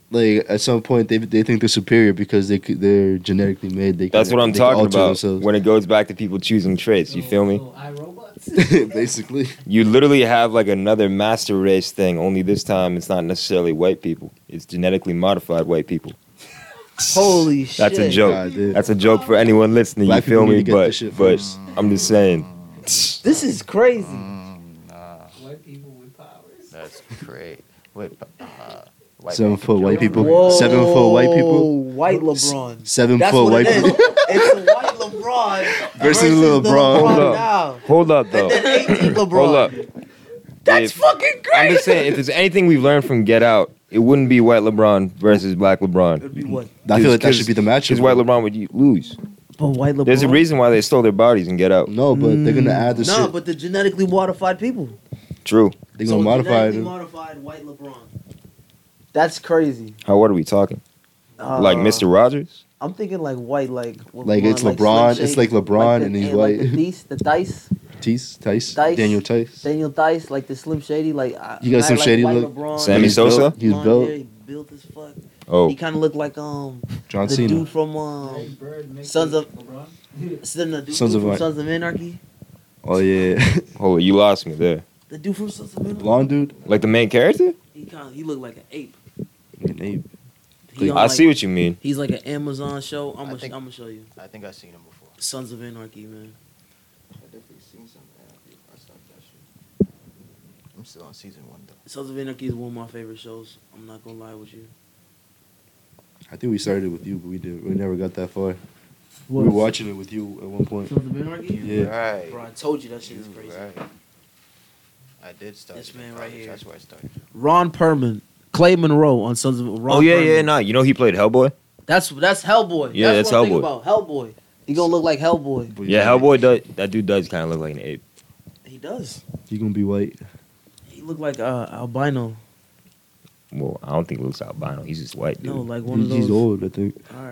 like at some point, they they think they're superior because they c- they're genetically made. They That's can- what I'm they can talking alter about. themselves. When it goes back to people choosing traits, you So- feel me? so iRobots? Basically, You literally have like another master race thing. Only this time, it's not necessarily white people. It's genetically modified white people. Holy shit. That's a joke. God, dude. That's a joke for anyone listening. Black you feel people need me? to get But this shit but first. I'm just saying. This is crazy. Mm. White people with powers? That's great. Wait, uh, white seven people. foot white people. Whoa. Seven foot white people. White LeBron. Seven That's foot what white it is. people. It's a white LeBron Versus versus LeBron. the Hold LeBron up. now. Hold up though. Then 18 LeBron. Hold up. That's If- fucking I'm crazy. just saying, if there's anything we've learned from Get Out, it wouldn't be white LeBron versus black LeBron. It'd be what? I feel like that Because- should be the Because matchup. white LeBron would you- lose. But white LeBron. There's a reason why they stole their bodies and Get Out. No, but they're gonna add the Mm. No, shit. but the genetically modified people. True. they're gonna modify genetically it. modified white LeBron. That's crazy. How? What are we talking? Uh, like Mr. Rogers? I'm thinking like white, like LeBron, Like, it's Slim LeBron- it's Shady, like LeBron the- and he's like the white. Dice, the Dice, Tice, Tice, Tice. Daniel Tice. Daniel Dice, like the Slim Shady, like I- You got I Slim like Shady white look? LeBron. Sammy He's Sosa? built, He's blonde built. hair, He built as fuck. Oh, He kind of looked like um John the Cena. dude from Larry um Bird mixed Sons with of- LeBron? Sons of, Sons of what? Sons of Anarchy. Oh yeah, hold it. You lost me there. The dude from Sons of Anarchy. blonde dude. Like the main character? He kind of he looked like an ape. And they- He I on, like, see what you mean. He's like an Amazon show. I'm I gonna think- I'm gonna show you. I think I've seen him before. Sons of Anarchy, man. I definitely seen some Anarchy. I stopped that shit. I'm still on season one though. Sons of Anarchy is one of my favorite shows. I'm not gonna lie with you. I think we started with you, but we did. We never got that far. We were watching it with you at one point. Sons of Anarchy. Yeah, Right. Bro, I told you that shit You is crazy. right. I did start. This it in man right college. here. That's where I started. Ron Perman, Clay Monroe on Sons of Ron oh yeah, Perlman. yeah. Nah, you know he played Hellboy. That's that's Hellboy. Yeah, that's, that's what I'm thinking Hellboy. About. Hellboy. He gonna look like Hellboy. But Yeah, Hellboy does. That dude does kind of look like an ape. He does. You gonna be white? He look like uh, albino. Well, I don't think he looks albino. He's just white, dude. No, like one of He's, those. he's old, I think. All right, all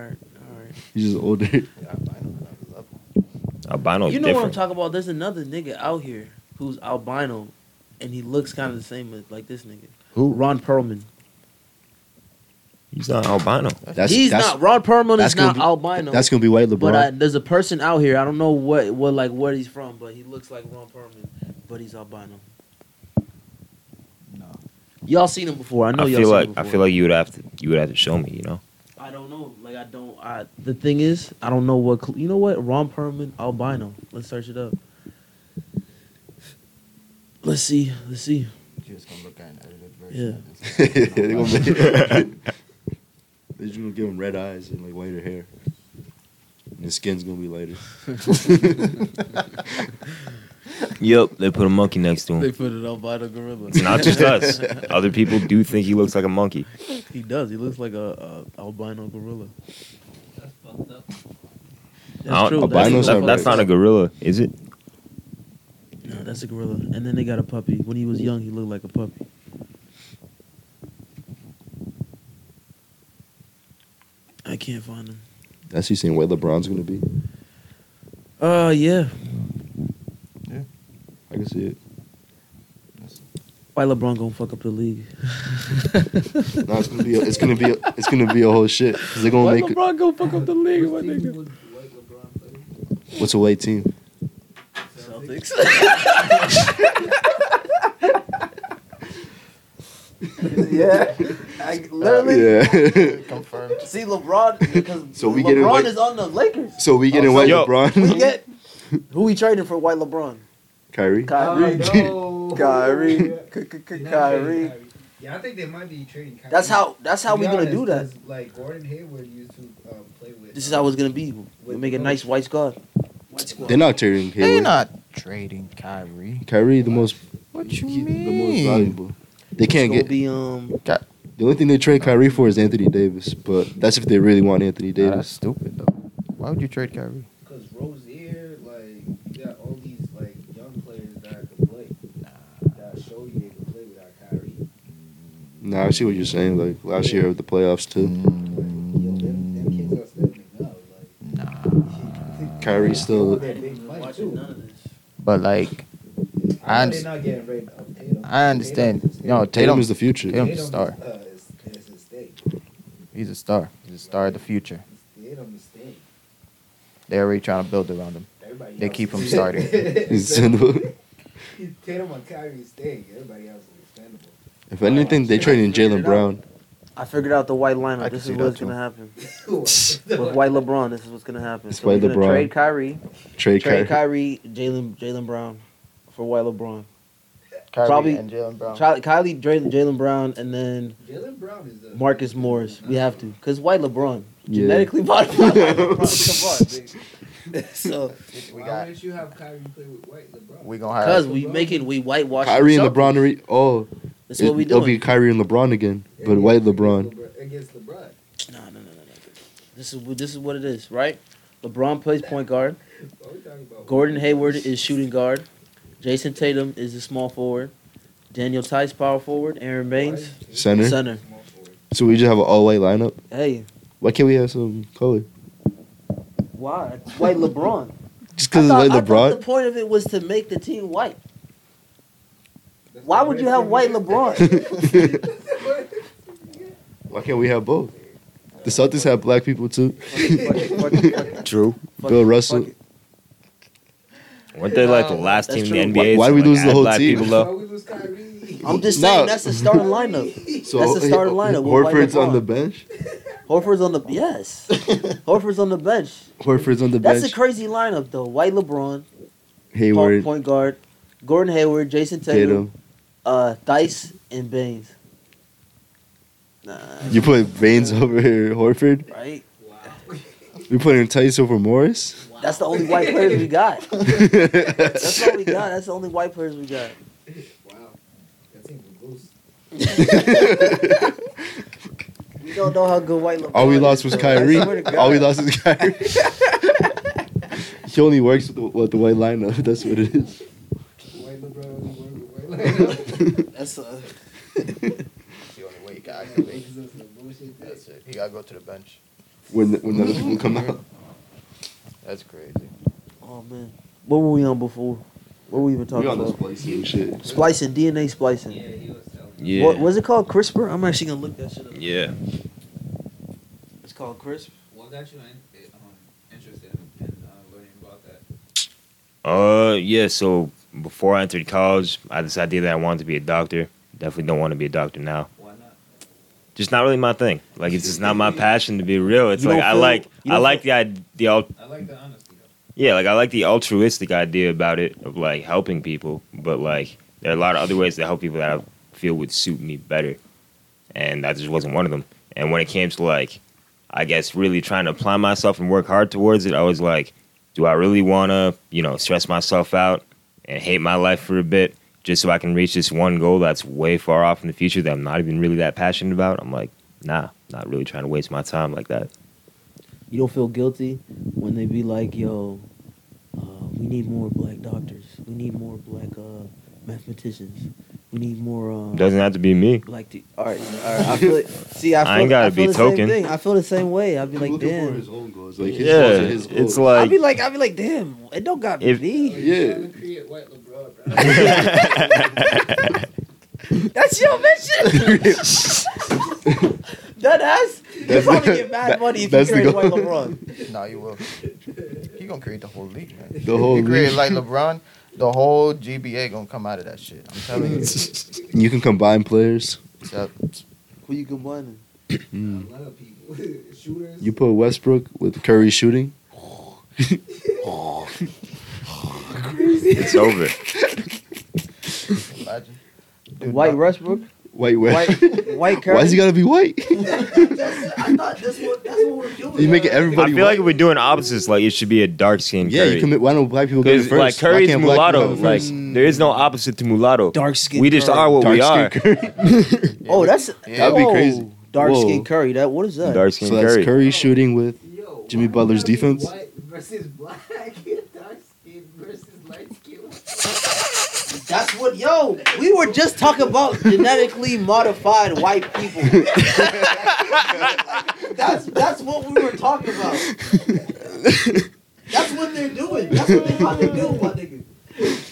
right. He's just older. Yeah, I know another level. Albino's you know what I'm Oh, different. talking about? There's another nigga out here who's albino, and he looks kind of the same as like this nigga. Who? Ron Perlman. He's not albino. That's, He's that's, not Ron Perlman that's is gonna not be- albino. That's gonna be white LeBron. but I, there's a person out here. I don't know what what like where he's from, but he looks like Ron Perlman, but he's albino. No. Y'all seen him before. I know I y'all feel seen like him I before. feel like you would have to you would have to show me. You know, I don't know. Like I don't. I the thing is, I don't know what. cl- You know what? Ron Perlman albino. Let's search it up. Let's see. Let's see. You're just gonna look at an edited Yeah. version. They're of this. gonna make- They're just gonna give him red eyes and like whiter hair. And his skin's gonna be lighter. yep, they put a monkey next to him. put it albino gorilla. It's not just us. Other people do think he looks like a monkey. He does. He looks like a, a albino gorilla. That's fucked up. I That's don't- true. Albinos That's, that's, are that- that's not a gorilla, is it? No, that's a gorilla. And then they got a puppy. When he was young, he looked like a puppy. I can't find him. That's you saying what LeBron's gonna be. Uh, yeah. I can see it. Why LeBron gonna fuck up the league? No, it's gonna be. A, it's gonna be. A, it's gonna be a whole shit. they they're gonna Why make. LeBron gonna fuck up the league? My Team nigga. would white LeBron play? What's a white team? Celtics. yeah. I Yeah. Confirmed. see LeBron because So we get it LeBron like- is on the Lakers. so we Oh, getting white Yo. LeBron, get who we trading for white LeBron? Kyrie. Kyrie. Oh, no. Kyrie. Yeah. Not Kyrie. trading Yeah, I think they might be trading Kyrie. That's how that's how To we be gonna honest, do that. 'cause, Like Gordon Hayward used to um, play with. This is how it's gonna be. We make a nice white squad. White squad. They're not trading Hayward. They not tradiing Kyrie. Kyrie the most. What you he- mean? The most valuable. They can't gonna get. be um The only thing they trade Kyrie for is Anthony Davis, but that's if they really want Anthony Nah, that's Davis. stupid though. Why would you trade Kyrie? Because Rozier, like you got all these like young players that can play. That show you they can play without Kyrie. Nah, I see what you're saying. Like last year with the playoffs too. Mm. Like, yo, them, them kids are stepping up. Like Kyrie's still. they're big money too. But like, I know they're not getting rid of Tatum. I understand. No, Tatum Tatum is the future. Tatum- Tatum star. Is, uh, is, is a stake. He's a star. He's a star of the future. Tatum is stake. They're already trying to build around him. Everybody They else keep is- him starting. It's in- Tatum and Kyrie is stake. Everybody else is expendable. if anything, they trading Jalen Brown. I figured out the white lineup. I can This see is that what's too. gonna happen. With Why white LeBron, this is what's gonna happen. It's So we're white gonna LeBron. trade Kyrie, Trade, trade Kyrie. Kyrie, Jalen Jalen Brown for white LeBron. Kyrie Probably- and Jalen Brown. Charlie, Kylie, Jalen Jalen Brown, and then Jalen Brown is the Marcus Morris. We have to, cause white LeBron Yeah. genetically modified. White LeBron. Come on, dude. so We Why got. wouldn't you have Kyrie play with White LeBron? We gonna have. cause we making we whitewash. Kyrie and LeBron. Are re- oh, That's it, what we will be doing. Kyrie and LeBron again, but Against- white LeBron. against LeBron. No, no, no, no, no. This is what- this is what it is, right? LeBron plays point guard. What are we talking about? Gordon Hayward is shooting guard. Jason Tatum is the small forward. Daniel Tice power forward. Aaron Baines Center. center. Small forward. So we just have an all-white lineup. Hey, Why can't we have some color? why white LeBron? Just because it's I white thought- I thought LeBron. the point of it was to make the team white. That's Why what would it you have is. white LeBron? Why can't we have both? The Celtics have black people too. True. Bill Russell. Weren't they like the last That's team true. in the NBA? Why- why to, we like, lose the add whole black team? people Why up? we lose Kyrie? I'm just No. saying that's the starting lineup. So That's the starting lineup with white Horford's on LeBron. the bench. Horford's on the yes. Horford's on the bench. Horford's on the That's a bench. crazy lineup though. White LeBron, Hayward, point guard, Gordon Hayward, Jason Tatum, Tatum. uh, Dice, and Baines. Nah, You put Baines over Horford. right? We put in Tice over Morris. That's the only white players we got. That's all we got. That's the only white players we got. Wow. That team would lose. We don't know how good white LeBron. all we lost is, was though. Kyrie. I swear to All we God. lost was Kyrie. he only works with the, with the white lineup. That's what it is. White LeBron only worked with white That's uh, That's the only way you got LeBron. This is some bullshit that- That's it. He gotta go to the bench. When when other people come out, That's crazy. oh man, what were we on before? What were we even we talking on this about? place and shit. Splicing DNA splicing. Yeah, he was telling Yeah. What was it called? CRISPR. I'm actually gonna look that shit up. Yeah. called Crisp. What got you in, eh, um, interested in, in uh, learning about that? Uh, yeah. So before I entered college, I had this idea that I wanted to be a doctor. Definitely don't want to be a doctor now. Why not? Just not really my thing. Like it's just not my passion to be real. It's You like don't I feel- like you I don't like the idea. The al- I like the honesty. though. yeah, like I like the altruistic idea about it of like helping people, but like there are a lot of other ways to help people that I feel would suit me better, and that just wasn't one of them. And when it came to like, I guess really trying to apply myself and work hard towards it, I was like, do I really want to, you know, stress myself out and hate my life for a bit just so I can reach this one goal that's way far off in the future that I'm not even really that passionate about? I'm like, nah, not really trying to waste my time like that. You don't feel guilty when they be like, "Yo, uh, we need more black doctors. We need more black uh, mathematicians. We need more." Uh, Doesn't have to be me. like the all right, all right. I feel it. See, I feel, I ain't gotta feel be the same token. thing. I feel the same way. I'd be like, looking for damn. his own goals. Like, his Yeah, goals are his it's goals. I'd like be like, I'd be like, damn. It don't got If- me. yeah. create white LeBron, bro. That's your mission. that ass. You That's- probably get mad money if you that's the create white goal. LeBron. Nah, you will. He gonna create the whole league, man. The whole He create league. like LeBron. The whole GBA gonna come out of that shit. I'm telling you. You can combine players. Except Who you combining? A lot of people. Shooters. You put Westbrook with Curry shooting. it's over. imagine. Dude, White Doc- Westbrook. White White. West. White Curry. Why is he gotta be white? I thought that's what that's what we're doing. you making I everybody. feel like white. if we're doing opposites, like it should be a dark skin. yeah, you commit. Why don't black people get it Because first? like Why Curry's can't black people mulatto. have it Like first? there is no opposite to mulatto. Dark skin. We just Curry. are what we are. Dark skin Curry. Oh, that's That'd be crazy. Dark Whoa. skin Curry. That what is that? Dark skin So that's Curry. Curry. shooting with. Yo, Jimmy why you Butler's gotta be defense? White versus black, dark skin versus light skin. That's what. Yo, we were just talking about genetically modified white people. that's that's what we were talking about. That's what they're doing. That's what they're about to do, my nigga.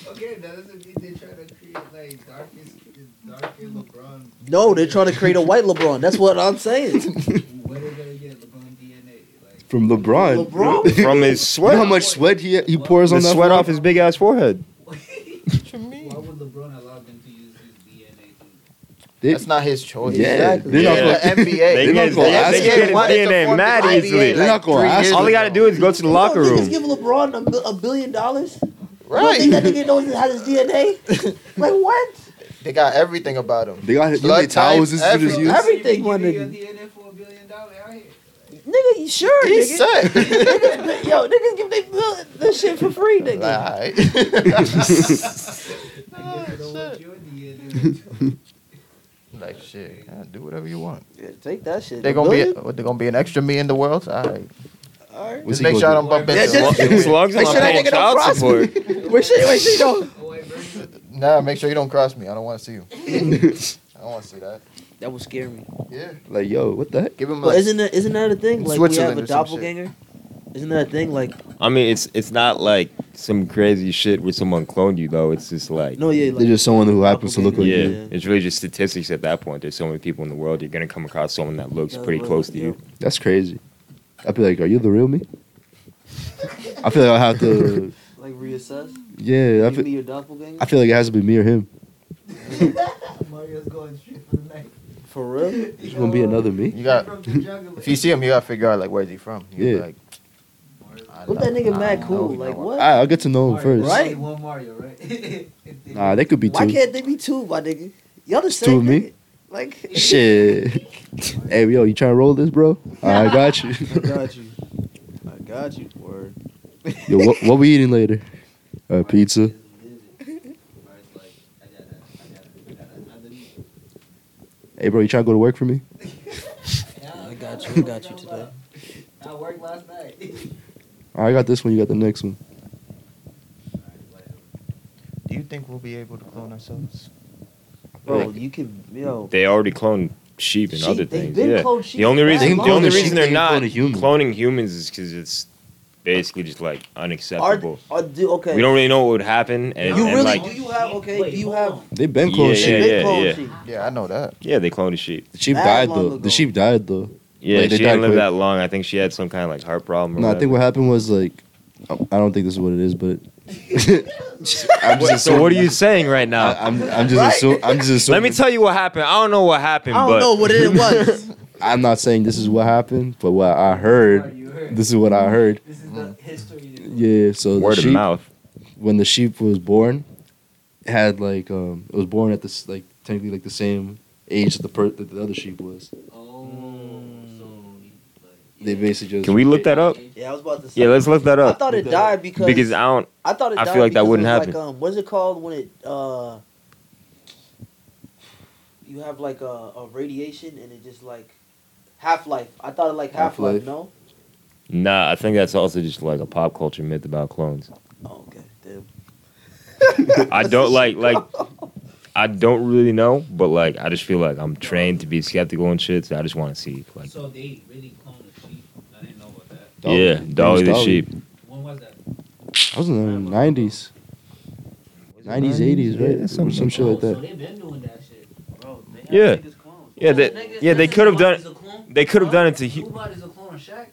Okay, that doesn't mean they're trying to create like darkest, darkest LeBron. No, they're trying to create a white LeBron. That's what I'm saying. Where they gonna get LeBron DNA? Like, From LeBron. LeBron? From his You know how sweat, much sweat he he pours the on that sweat floor? off his big ass forehead. why would LeBron allow them to use his DNA? To They- That's not his choice. Yeah, Exactly. they're not Yeah, gonna- the NBA. They not the gonna ask NBA him. wanted They to getting form the mad IBA easily. like They're not gonna three ask years him. All he got to ago. do is go to the locker You know, room. Niggas give LeBron a, mil- a billion dollars. Right. You don't think that nigga knows how his DNA? like what? They got everything about him. They got him Blood towels type, as good as every- you. every- Everything, my your nigga. DNA for a billion dollars out here. Nigga, you sure? He's nigga? set. like, Niggas, yo, niggas give they bill- this shit for free, nigga. all right. I guess they don't want your DNA. like Ah, shit. yeah, do whatever you want. Yeah, take that shit. They gonna be what, they gonna be an extra me in the world. All right. Alright. What's Just he make gonna sure I do? don't bump Yeah, into just- him. As long as I'm Make sure that paying nigga don't child cross support. Wait, shit, wait, shit, don't. Oh, wait, versus Nah, make sure you don't cross me. I don't want to see you. I don't want to see that. That would scare me. Yeah. Like yo, what the heck? Give him Well, like isn't that isn't that a thing? In Like we have Switzerland a or some doppelganger. Isn't that a thing? Like I mean, it's it's not like some crazy shit where someone cloned you though. It's just like no, yeah, They're like just someone who happens to look like yeah, you. Yeah. it's really just statistics at that point. There's so many people in the world. You're gonna come across someone that looks Yeah, pretty well, close to yeah. you. That's crazy. I'd be like, are you the real me? I feel like I'll have to. like reassess. Yeah, I Give me feel, your doppelganger I feel like it has to be me or him. Mario's going straight for the night. for real. There's gonna be another me. you got. From the jungle. If you see him, you gotta figure out like where's he from. You Yeah. Like, I What that don't- nigga I mad don't cool? know. Like All what? right, I'll get to know him first. Right. Only one Mario, right? If they- Nah, they could be Why two. can't they be two, my nigga? Y'all the same. Two of me? nigga. Like Shit. hey, yo, you trying to roll this, bro? I got you. I got you. I got you. Word. Yo, what, what we eating later? Uh, pizza. Mario's like, I gotta, I gotta, I gotta another me. Hey, bro, you trying to go to work for me? Yeah, I got you. I got you today. I worked last night. I got this one. You got the next one. Do you think we'll be able to clone ourselves? Bro, you can yo. They already cloned sheep and Sheep, other they've things. been yeah. cloned sheep the only for that reason long. the only Cloned sheep, reason they're they not cloned a human. cloning humans is because it's basically just like Are, unacceptable. are do okay? we don't really know what would happen, and, you and, really like do you have okay? do you have They been Yeah, cloned yeah, sheep. they yeah, clone yeah. sheep? Yeah, I know that. yeah, they cloned a sheep. The sheep That died long though. ago. The sheep died though. Yeah, Like, they she didn't died live quick. that long. I think she had some kind of like heart problem. or No, I whatever. think what happened was like, I I don't think this is what it is, but I'm What- so. What are you saying right now? I, am I'm just assu- I'm just assuming. Let me tell you what happened. I don't know what happened, I don't but know what it was. I'm not saying this is what happened, but what I heard, You heard. this is what I heard. This is the history. Yeah. So word the of sheep, mouth. when the sheep was born, it had like um, it was born at this like technically like the same age that the per- that the other sheep was. Oh, so like, They basically just Can we look that up? yeah, I was about to say. Yeah, let's look that I up. thought it died because, Because I don't. I thought it I died feel like that because it wouldn't was happen. Like, um, what's it called when it uh you have like a, a radiation and it just like half life. I thought it like half life. Half-Life. No. Nah, I think that's also just like a pop culture myth about clones. Oh, okay. Damn. I don't like like. I don't really know, but like I just feel like I'm trained to be skeptical and shit, so I just want to see like So Oh, they really cloned a sheep. I didn't know about that. Dolly. yeah, It was Dolly the Dolly. sheep. When was that? I was in the nineties, nineties, eighties, right? Yeah, Or something some, like shit like So that. they've been doing that shit, bro. They have Yeah. niggas clones. Yeah, they- Niggas- yeah, they niggas could've Zubat done it- is a clone? they could've Huh? done it to hu- Zubat is a clone of Shaq.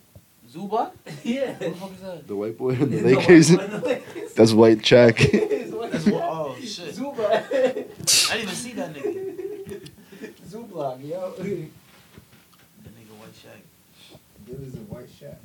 Zuba. Yeah. What the fuck is that? The white boy and the No, Lakers. what- what- what- That's white check. Oh shit. Zubat. I didn't even see that nigga. Zublock, yo. That nigga white shack. There was a white shack.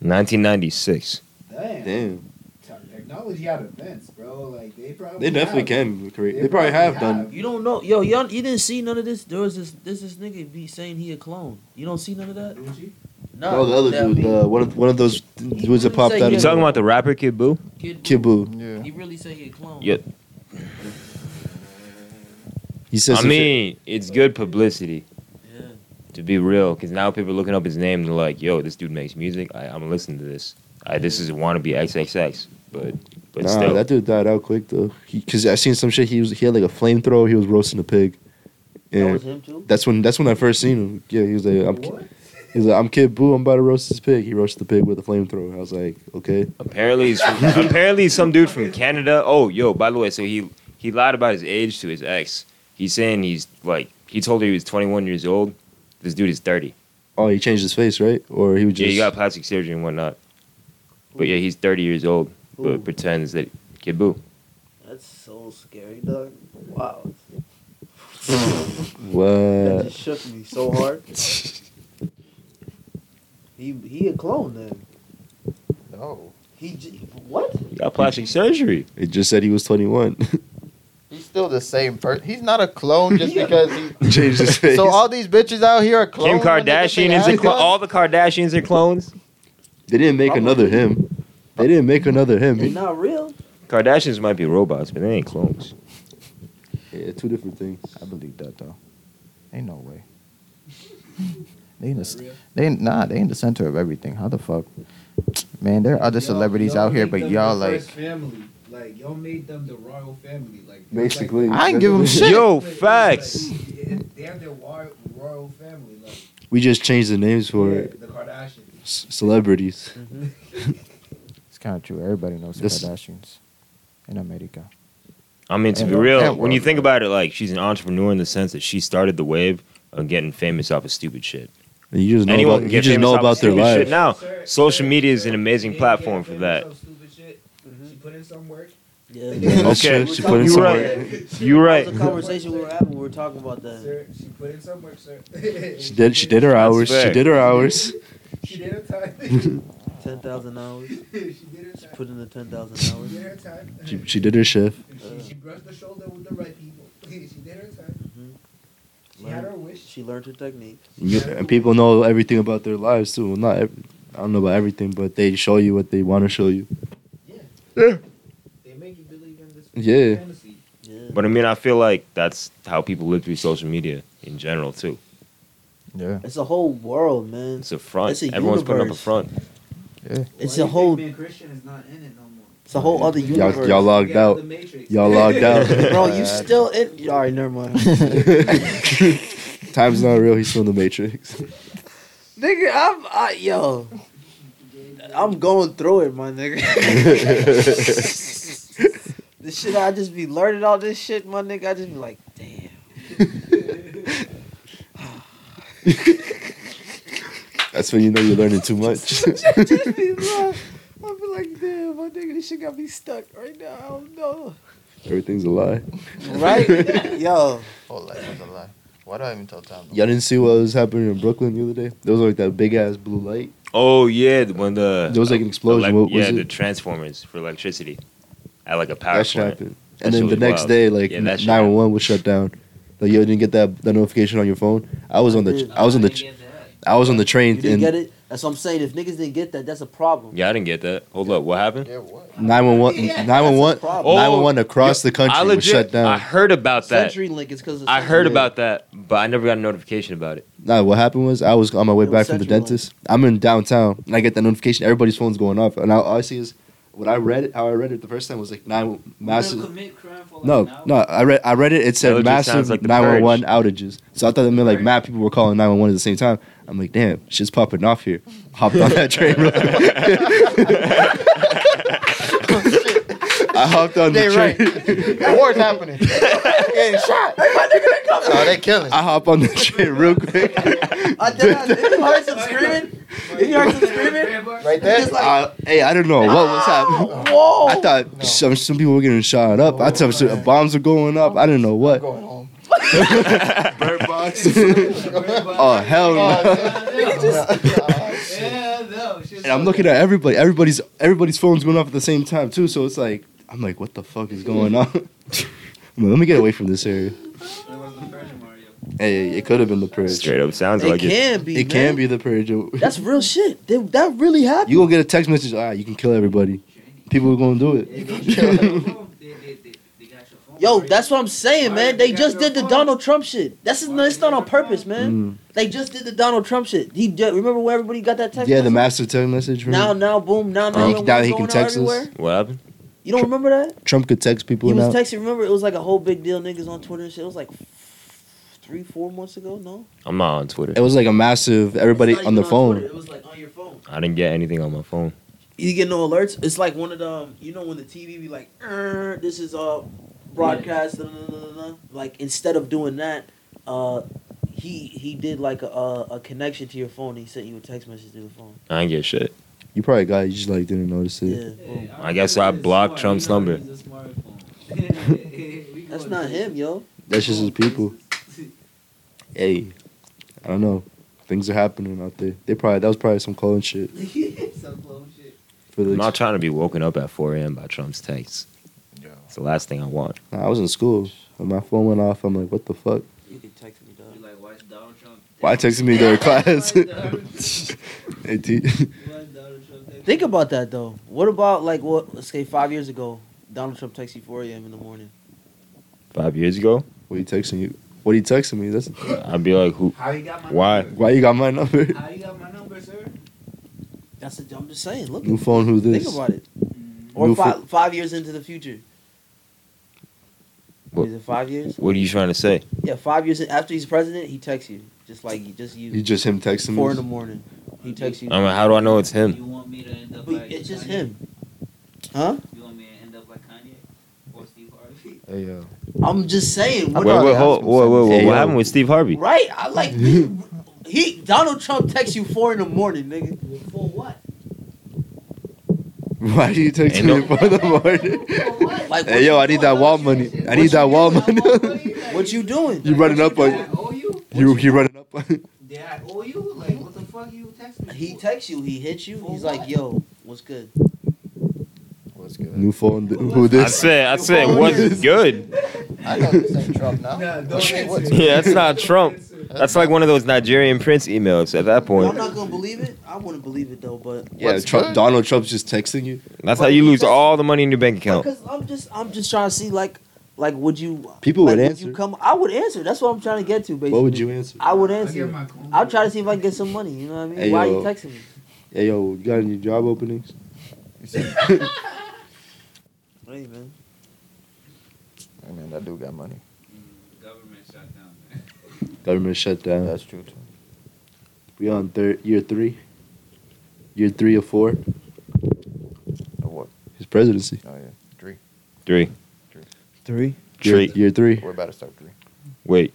1996. Damn. Damn, Te- Technology had events, bro. Like they probably they definitely have- can create. They probably have done. You don't know, yo. Y'all, you didn't see none of this. There was this, this, this nigga be saying he a clone. You don't see none of that. Gucci? No, Oh, the other dude, uh, one of one of those dudes that popped out. You Yeah. talking about the rapper Kid Boo? kid, Kibu? Yeah. He really said he a clone. Yeah. He says. I mean, it's good publicity Yeah. to be real, because now people are looking up his name and they're like, "Yo, this dude makes music. I, I'm listening to this. I, this is a wannabe XXX." But but nah, still, that dude died out quick though. Because I seen some shit. He was he had like a flamethrower. He was roasting a pig. That And was him too. that's when that's when I first seen him. Yeah, he was like, I'm, What? he was like, I'm Kid Boo. I'm about to roast this pig. He roasted the pig with a flamethrower. I was like, okay. apparently, it's from, apparently it's some dude from Canada. Oh, yo, by the way, so he he lied about his age to his ex. He's saying he's like he told her he was 21 years old. This dude is 30. Oh, he changed his face, right? Or he was yeah, just he got plastic surgery and whatnot. But yeah, he's 30 years old, but pretends that Kid Boo. That's so scary, dog. Wow, that what? just shook me so hard. he he a clone then. No. He j- what? He got plastic surgery. It just said he was 21. He's still the same person. He's not a clone just because he. changed his face. So all these bitches out here are Kim clones. when they get Kardashian their is a ass clone. done? All the Kardashians are clones. they didn't make another him. They didn't make another him. They not real. Kardashians might be robots, but they ain't clones. Yeah, two different things. I believe that though. Ain't no way. They in the, c- they in- nah, they in the center of everything. How the fuck, man? There are other Y'all- celebrities y'all out here, make but them y'all the like, first family. Like y'all made them the royal family. Like Basically, I ain't give him shit. Yo, Like, facts. like, it- they're the wi- royal family. Like we just changed the names for yeah, it. the Kardashians. C- celebrities. it's kind of true. Everybody knows the This- Kardashians in America. I mean, to be Yeah. real, Yeah, when you well, think yeah. about it, like she's an entrepreneur in the sense that she started the wave of getting famous off of stupid shit. And you just know Anyone can about, get you just famous know off of about their stupid life. shit now. Sir- Social sir- media is an sir, amazing they didn't platform get for famous that. off stupid shit. She put in some work. Yeah. Yeah, that's Okay, true. She put in you some right. work. You're That right. was a conversation we were having. We were talking about that. Sir, she put in some work, sir. She did. She did her hours. She fair. did her hours. She did her time. Ten thousand hours. she did her time. Put in the ten thousand She did hours. her time. She, she did her shift. She, she brushed her shoulder with the right people. she did her time. Mm-hmm. She had her wish. She learned her technique. You- and people know everything about their lives too. Well, not. ev I don't know about everything, but they show you what they want to show you. They make you believe in this Yeah. fantasy. Yeah. But I mean, I feel like that's how people live through social media in general too. Yeah, It's a whole world, man. It's a front. It's a Everyone's putting up a universe. front. It's Why a you think whole, Being Christian is not in it no more. it's a whole other universe. Y'all, y'all logged Yeah, out. the Matrix. Y'all logged out. Bro, you still in? All right, never mind. Time's not real. He's still in the matrix. nigga, I'm I, yo. I'm going through it, my nigga. the shit I just be learning all this shit, my nigga. I just be like, damn. That's when you know you're learning too much. I'll be like, damn, my nigga, this shit got me stuck right now. I don't know. Everything's a lie. right? Yo, Whole life was Oh, a lie. Why do I even tell time? Y'all didn't see what was happening in Brooklyn the other day? There was like that big ass blue light. Oh yeah, the- when the There was like an explosion. elec- what was yeah, it? the transformers for electricity at like a power that shit plant. happened. That shit and then the was next wild. day, like Yeah, that shit nine one one was shut down. Like yo, you didn't get that, that notification on your phone. I was on the I was on the tr- I was on the you train didn't and get it. That's what I'm saying. If niggas didn't get that, that's a problem. Yeah, I didn't get that. Hold up, what happened? Yeah, what? 911, Yeah, that's a 911, problem. 911 across Yo, the country I was shut down. I heard about that. CenturyLink is because I heard about that, but I never got a notification about it. Nah, what happened was I was on my way It was back from the Central Line. dentist. I'm in downtown and I get that notification. Everybody's phone's going off, and all all I see is what I read. It, how I read it the first time was like nine massive. No, no, I read I read it. It said That just massive sounds like the nine one one outages. So I thought that meant like mad people were calling nine one one at the same time. I'm like, damn, shit's popping off here. Hopped on that train. real quick. I hopped on the They train. right. War's happening. Getting shot. Oh, they killing. I hop on the train real quick. I did. I, if you heard some screaming, if you heard some screaming, Right there. Uh, hey, I don't know what was happening. whoa! I thought some some people were getting shot up. I thought some bombs were going up. I didn't know what. Going home. Bird box. oh hell no! Oh, just, Yeah, no. She's And I'm looking at everybody. Everybody's everybody's phones going off at the same time too. So it's like I'm like, what the fuck is going on? I'm like, Let me get away from this area. It was the first Mario. Hey, it could have been the purge. Straight up sounds it like it. can be. It man. can be the purge. You That's real shit. That, that really happened. gonna get a text message. Ah, you can kill everybody. People are gonna do it. Yo, that's what I'm saying, man. They just did the Donald Trump shit. That's it's not on purpose, Mm. man. They just did the Donald Trump shit. He ju- remember where everybody got that text? yeah, the message? master text message. Now, Now, now, boom, now, Now now, he- now, now now he can text us. everywhere. What happened? You don't remember that? Trump could text people He was now. texting. Remember, it was like a whole big deal. Niggas on Twitter and shit. It was like three, four months ago. No, I'm not on Twitter. it was like a massive. Everybody It's not on even the phone. Twitter, It was like on your phone. I didn't get anything on my phone. You get no alerts. It's like one of the, um, you know, when the TV be like, "Er, this is uh, broadcast. da, da, da, da, da." Like instead of doing that, uh, he he did like a, a a connection to your phone. He sent you a text message to the phone. I didn't get shit. You probably got. it, You just like didn't notice it. Yeah, boom. I guess I blocked Trump's number. that's not him, yo. That's just his people. Hey, I don't know. Things are happening out there. They probably that was probably some clone shit Some clone shit. for the. I'm not trying to be woken up at 4 a.m. by Trump's texts. Yeah. It's the last thing I want. Nah, I was in school and my phone went off. I'm like, what the fuck? You can text me, dog. You like watch Donald Trump. Why texting me during class? Watch Donald- hey, T- watch Donald Trump. Think about that though. What about like what? Let's say five years ago, Donald Trump texted you 4 a.m. in the morning. Five years ago, what are you texting you? What are you texting me? That's I'd be like, who? How you got my Why? number? why you got my number. How you got my number, sir? That's a, I'm just saying. Look, New phone, who this? think about it. Or New fo- five, five years into the future. What- Is it five years? What are you trying to say? Yeah, five years after he's president, he texts you just like you just you. You just him texting four in the me. morning, he texts you. I mean, how do I know it's him? You want me to end up But like it's just Kanye? him. Huh? You want me to end up like Kanye or Steve Harvey? hey, yo. I'm just saying. Wait, What wait, are- wait, hold, wait, wait, wait, Hey, What yo. happened with Steve Harvey? right? I like he Donald Trump texts you four in the morning, nigga. For what? Why do you texting Ain't no- me for the morning? what? Like, what hey, yo, you I need doing? that wall money. I need that wall money. What you doing? you running up Did I on Oh, owe you? you? You running up on? Did I owe you? Like, what the fuck you texting me? He for? texts you. He hits you. For He's what? like, yo, what's good? What's good? New phone. Who I this? said, I said, what's good? I know this ain't Trump now. Nah, don't What's- answer. what's- Yeah, that's not Trump. That's like one of those Nigerian prince emails at that I'm point. not gonna believe it. I wouldn't believe it though, but Yeah, What's Trump, good? Donald Trump's just texting you. That's how you lose all the money in your bank account. Because I'm just, I'm just trying to see, like, like would you? People like, would You answer. come, I would answer. That's what I'm trying to get to. Basically, What would you answer? I would I get answer. my comb I'll try to see if I can get some money. You know what I mean? Hey, Why yo. are you texting me? Hey, yo, you got any job openings? Hey man, I mean, that dude got money. Mm, Government shutdown. man. Government shutdown. That's true, too. we on third year three, year three or four. Or what? His presidency. Oh, yeah. Three. Three. Three? Year- Three. Year, three. We're about to start three. Wait.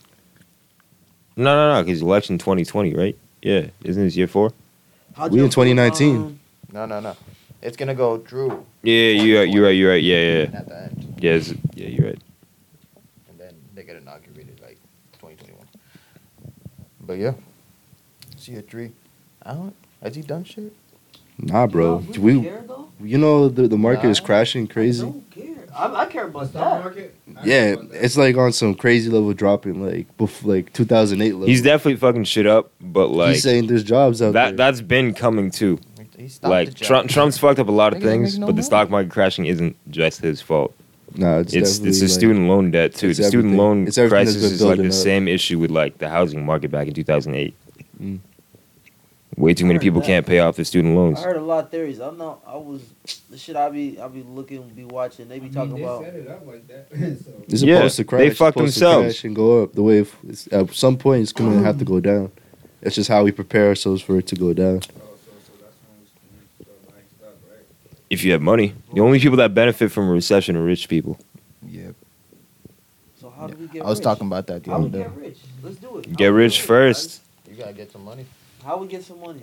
No, no, no, because election 2020, right? Yeah, isn't this year four? How'd We in y'all vote 2019. on- No, no, no. It's gonna go Drew Yeah, you're right, you're right, you're right. Yeah, yeah, yeah. at the end, Yeah, it's- yeah you're right. and then they get inaugurated like 2021. But yeah, see at three. I don't. Has he done shit? Nah, bro. Y'all really We, care, though? you know, the, the market is Nah. crashing I crazy. don't care. I, I care about Stock that. market? I don't Yeah, know about that. it's like on some crazy level dropping, like bef- like 2008 level. He's definitely fucking shit up, but like He's saying there's jobs out that there. that's been coming too. He stopped the like job. Trump, Trump's fucked up a lot of Niggas ain't things, making no but the money. stock market crashing isn't just his fault. nah, It's it's it's, definitely, the like- student loan debt too. it's The student everything. loan It's everything that's crisis been is like the building up. same issue with like the housing market back in 2008. Mm. Way too many Heard people that. can't pay off their student I loans. heard a lot of theories. I'm not. I was the shit. I be. I be looking. Be watching. They be I mean, talking they about. set it up like that. so. It's Yeah, supposed to crash. they it's fucked supposed to themselves. crash and go up. The wave it's, at some point it's going to have to go down. That's just how we prepare ourselves for it to go down. Oh, so, so that's when we start buying stuff, right? If you have money, the only people that benefit from a recession are rich people. Yeah, So how do we get? I was rich? talking about that the How other we day. get rich? Let's do it. Get How we rich first. You gotta get some money. guys? How we get some money?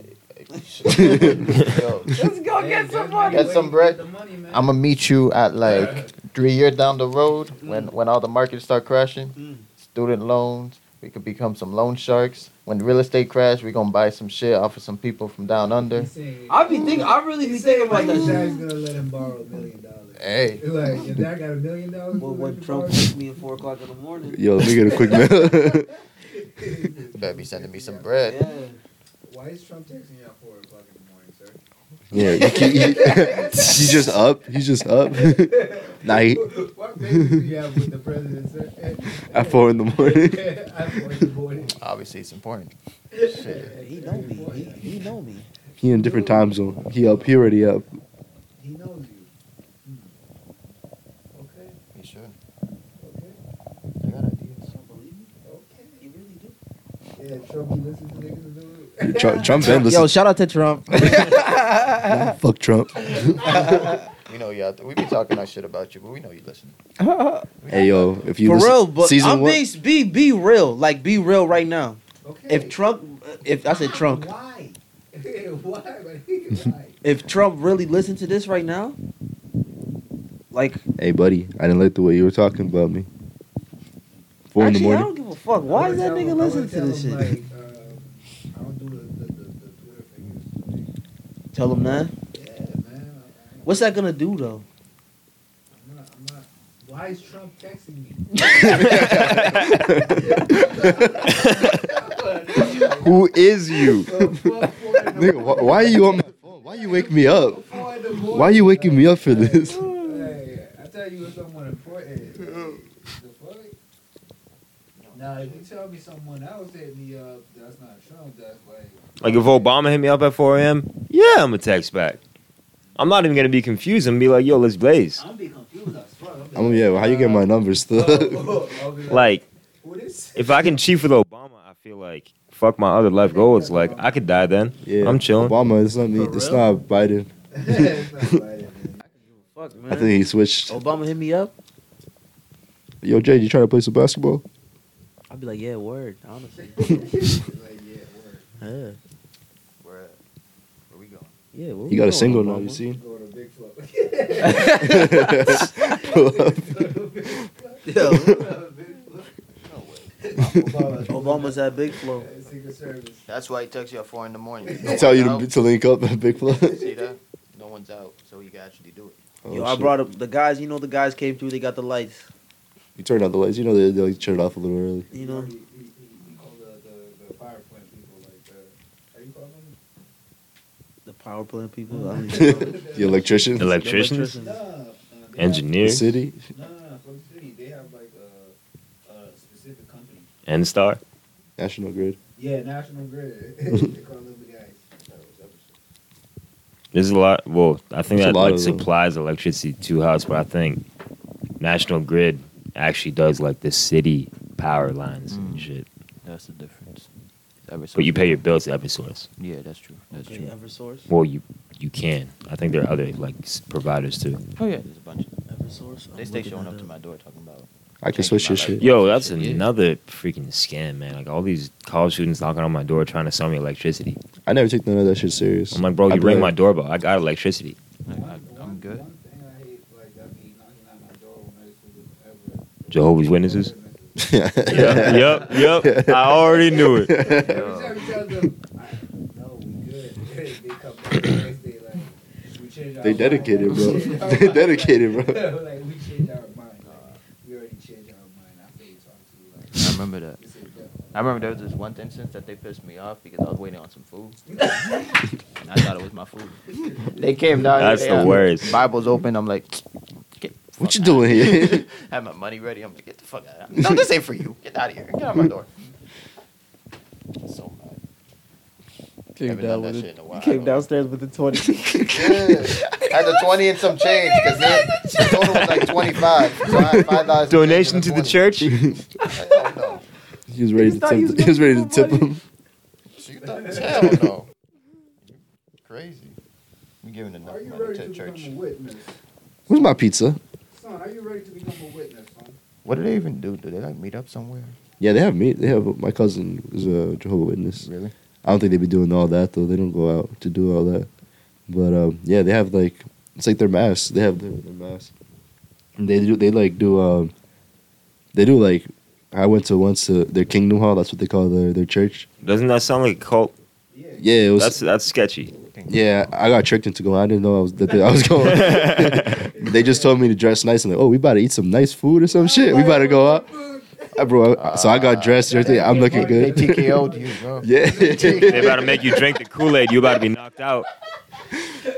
Yo, Let's go Hey, get that's some the money. way Get some you bread. The money, man. I'm gonna meet you at like three years down the road Mm. when when all the markets start crashing. Mm. Student loans. We could become some loan sharks. When the real estate crash, we gonna buy some shit off of some people from down under. He's saying- I be thinking. I really be He's saying thinking about Mike that. Jackson gonna let him borrow a million dollars. Hey, Like, if that got a million dollars, When, when Trump hits me at four o'clock in the morning. Yo, let me get a quick mail. you better be sending me some bread. Yeah. Why is Trump texting you at four o'clock in the morning, sir? yeah, you keep- you- he's just up. He's just up. nah, he, what business do you have with the president, sir? at four in the morning. At four in the morning. Obviously, it's important. Shit. He know me. He, he know me. He in different time zone. He up. He already up. He knows you. Hmm. Okay, You should. okay, I got ideas. Don't believe me. okay. He really do. Yeah, Trump, he listens to niggas and do it. Trump, Trump been Yo, listening. shout out to Trump. Nah, fuck Trump. we know you out there. We be talking our shit about you, but we know you listen. Hey yo, if you For listen- real, but season I'm one, being be be real, like be real right now. Okay. If Trump, if I said Trump, Why? Why? Like, Why? if Trump really listened to this right now, like hey buddy, I didn't like the way you were talking about me. Four in the actually, I morning. don't give a fuck. Why I is that wanna nigga tell him- I wanna listening to tell this shit? him, Like, um, I don't do the, the, the, the Twitter fingers. Tell him that. Yeah, man. I- I- What's that gonna do though? I'm not, I'm not. Why is Trump texting me? Who is you? Nigga, why, why are you on my phone? Why you wake me up? Why Why are you waking me up for this? Hey, I tell you it's someone important. The fuck? Now, if you tell me someone else hit me up, that's not Trump. That's like Like if Obama hit me up at 4 a.m., yeah, I'm gonna text back. I'm not even gonna be confused and be like, yo, let's blaze. I'm be confused as fuck. I'm, be I'm yeah. Well, how you get my number still? Oh, I'll be like, Like, who this? if I can chief with Obama, I feel like fuck my other life goals. Like, I could die then. yeah, I'm chilling. Obama, it's not me. It's not Biden. It's not like that. Fuck I think man. he switched. Oh. Obama hit me up. Yo, Jay, you trying to play some basketball? I'd be like, yeah, word. Honestly, Like, yeah, word. yeah. Where, where we going? yeah where we He got a going, single now. You Obama? see? Go to Big Flow. Obama's at Big Flow. Secret Service. That's why he texts you at four in the morning. He tell you to, to link up at Big Plus. See that? No one's out, so you can actually do it. Oh, Yo, I shit. brought up the guys. You know, the guys came through. They got the lights. You turned out the lights. You know they they like turned off a little early. You Um, know, he, he, he, he called the, the, the fire plant people like the. How you call them? the power plant people. I don't even know. the electrician. Electricians, Electricians. Nah, uh, they The engineers, city. Have, nah, nah, for the city, they have like a, a specific company. and star. National Grid. Yeah, National Grid. they call them the guys. That was up and shit. There's a lot. Well, I think There's a that lot like of them. supplies electricity to house, but I think National Grid actually does like the city power lines Mm. and shit. That's the difference. But you pay your bills to Eversource. Yeah, that's true. That's Okay, Eversource. Well, you you can. I think there are other like s- providers too. Oh yeah. Eversource. I'm looking that up. door talking about I can Changed switch my your life. shit. Yo, that's Yeah. another freaking scam, man. Like all these college students knocking on my door trying to sell me electricity. I never took none of that shit serious. I'm like, bro, I you be ring my like, doorbell. I got electricity. One- I- one- I'm good. One thing I hate, like, I mean, knocking on my door when I used to live ever. Jehovah's Witnesses. Yeah. yep, yep. I already knew it. Every time you tell them, I- no, we good. They come back the next day, like, we changed our They mind. dedicated, We bro. changed our They mind. dedicated, bro. like, we changed our mind. dog. We already changed our mind. I feel you talking to you. I remember that. Like, this is dumb. I remember there was this one instance that they pissed me off because I was waiting on some food. and I thought it was my food. They came down. That's they the had worst. Bible's open. I'm like, get the What fuck you out. doing here? I had my money ready. I'm like, get the fuck out of here. No, this ain't for you. Get out of here. Get out of my door. So mad. Came, Haven't down done with that it. shit in a You while. came downstairs with the 20. At the 20 and some change because the total was like 25. So I had $5. Donation to the church. Hell no. He was ready to thought he was tip. He was ready to gonna tip give him. So you thought, hell no. Crazy. You giving enough Are you money ready to to the church. become a witness? Where's my pizza? Son, are you ready to become a witness, son? What do they even do? Do they like meet up somewhere? Yeah, they have meat. They have my cousin is a Jehovah Witness. Really? I don't think they be doing all that though. They don't go out to do all that. But um, yeah, they have like it's like their mass. They have their, their mass. And they do they like do um, they do like I went to once to their Kingdom Hall. That's what they call their their church. Doesn't that sound like a cult? Yeah. Yeah, it was. That's that's sketchy. yeah, I got tricked into going. I didn't know I was that I was going. they just told me to dress nice and like, oh, we about to eat some nice food or some shit. We about to go out. I bro, I- so I got dressed. and Everything. I'm looking They good. TKO'd you, bro. yeah. They about to make you drink the Kool Aid. You about to be knocked out.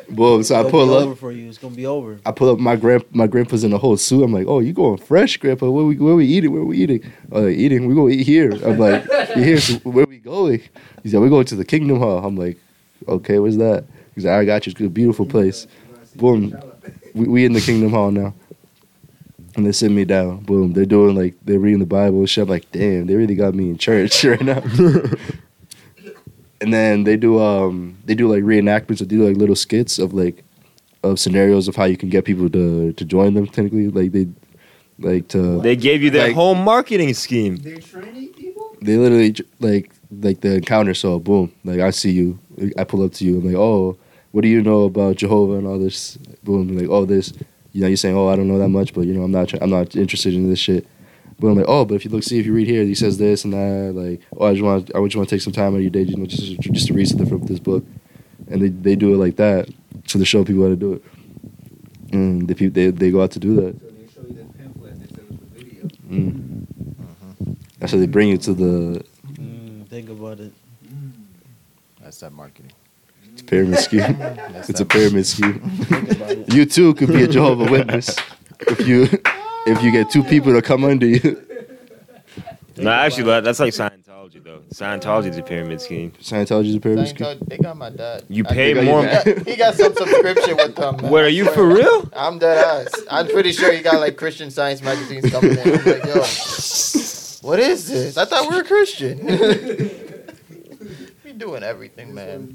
Boom. So I It'll pull be up. over for you. It's gonna be over. I pull up my grand my grandpa's in a whole suit. I'm like, oh, you going fresh, grandpa? Where we where we eating? Where we eating? Oh, like, eating. We gonna eat here. I'm like, you here? So where we going? He said, we're going to the Kingdom Hall. I'm like, okay, what's that? He's like, I got you. It's a beautiful place. Boom. We we in the Kingdom Hall now. And they sit me down. Boom. They're doing like they're reading the Bible and shit. I'm like, damn, they really got me in church right now. and then they do um they do like reenactments. They do like little skits of like of scenarios of how you can get people to to join them. Technically, like they like to They gave you their Like- whole marketing scheme. They're training people? they literally j- like like the encounter. So boom, like I see you, I pull up to you. I'm like, oh, what do you know about Jehovah and all this? Boom, like oh this, you know, you're saying, oh, I don't know that much, but you know, I'm not try- I'm not interested in this shit. But I'm like, oh, but if you look, see if you read here, he says this and that. Like, oh, I just want I just want to take some time out of your day, you know, just just to read something from this book, and they they do it like that so to show people how to do it. And the people they they go out to do that. So they show you the pamphlet and they send us the video. Mm. That's how they bring you to the Mm, think about it. That's that marketing. it's pyramid scheme. That's it's a that pyramid scheme. Think about it. You too could be a Jehovah Witness if you if you get two people to come under you. No, actually, that- that's like Scientology though. Sology is a pyramid scheme. Scientology's a pyramid Same scheme. time, they got my dad. You I pay think I more- got- He got some subscription with them. man. What are you for real? I'm dead ass. I'm pretty sure he got like Christian Science magazines coming in. I'm like, yo, what is this? I thought we were Christian. we doing everything, man.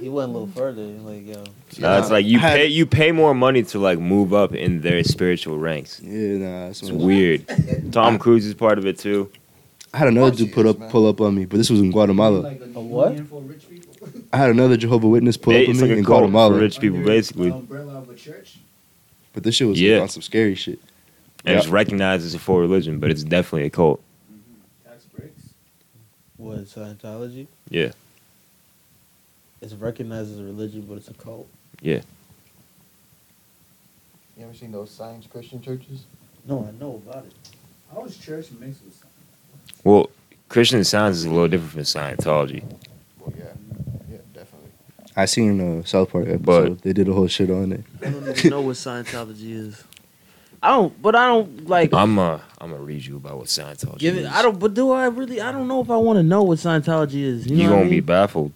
He went a little further. He was Like yo, No, it's like you I had- pay you pay more money to like move up in their spiritual ranks. Yeah, nah, that's It's what- weird. Tom Cruise is part of it too. I had another dude put up pull up on me, but this was in Guatemala. Like a, what? union For rich people? I had another Jehovah Witness pull They- up on it's me like a in cult for Guatemala, rich people Under basically, the umbrella of a church? but this shit was Yeah. on some scary shit. and it's recognized as a full religion, but it's definitely a cult. Tax breaks? what Scientology? Yeah. It's recognized as a religion, but it's a cult. You ever seen those Science Christian churches? No, I know about it. I was church mixed with something. Well, Christian Science is a little different from Scientology. Well, yeah, yeah, definitely. I seen a South Park episode. they did a whole shit on it. I don't even know what Scientology is. I don't, but I don't like. I'm uh, I'm gonna read you about what Scientology give is. it. I don't. But do I really? I don't know if I want to know what Scientology is. You, You, know what I gonna be mean? baffled.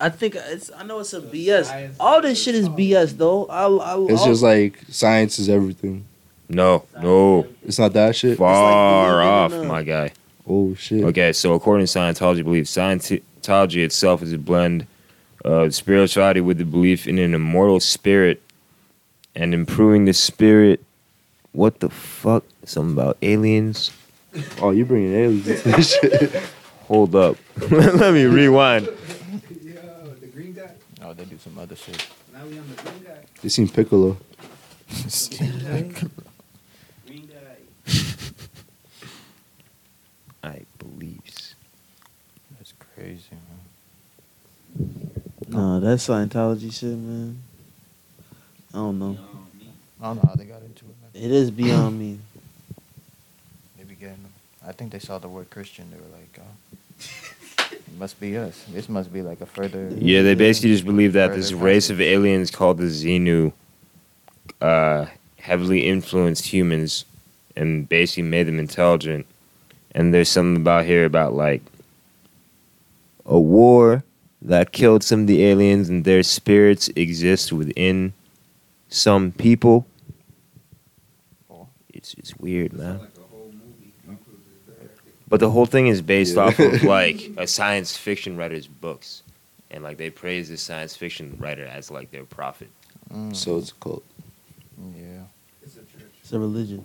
I think it's. I know it's some So BS. science All this shit is is- BS, though. I. I, I It's just like science is everything. No, no, It's not that shit. far off, believing in a- my guy. Oh shit. Okay, so according to Scientology beliefs, Scientology itself is a blend of spirituality with the belief in an immortal spirit and improving the spirit What the fuck? Something about aliens? Oh, you bringing aliens into this shit? Hold up. Let me rewind. Yo, the green guy. Oh, they do some other shit. Now we on the green guy. You seen Piccolo? Green guy. I believes. That's crazy, man. Nah, that Scientology shit, man. I don't know. I don't know how they got into it. Man. It is beyond me. They be getting them. I think they saw the word Christian. They were like, oh, it must be us. This must be like a further. Yeah, they basically just believe that this further race of concept. aliens called the Xenu uh, heavily influenced humans and basically made them intelligent. And there's something about here about like a war that killed some of the aliens and their spirits exist within some people. It's Oh. it's weird, man. Like a whole movie. But the whole thing is based Yeah. off of like a science fiction writer's books. And like they praise this science fiction writer as like their prophet. Mm, So it's a cult. yeah. It's a church. It's a religion.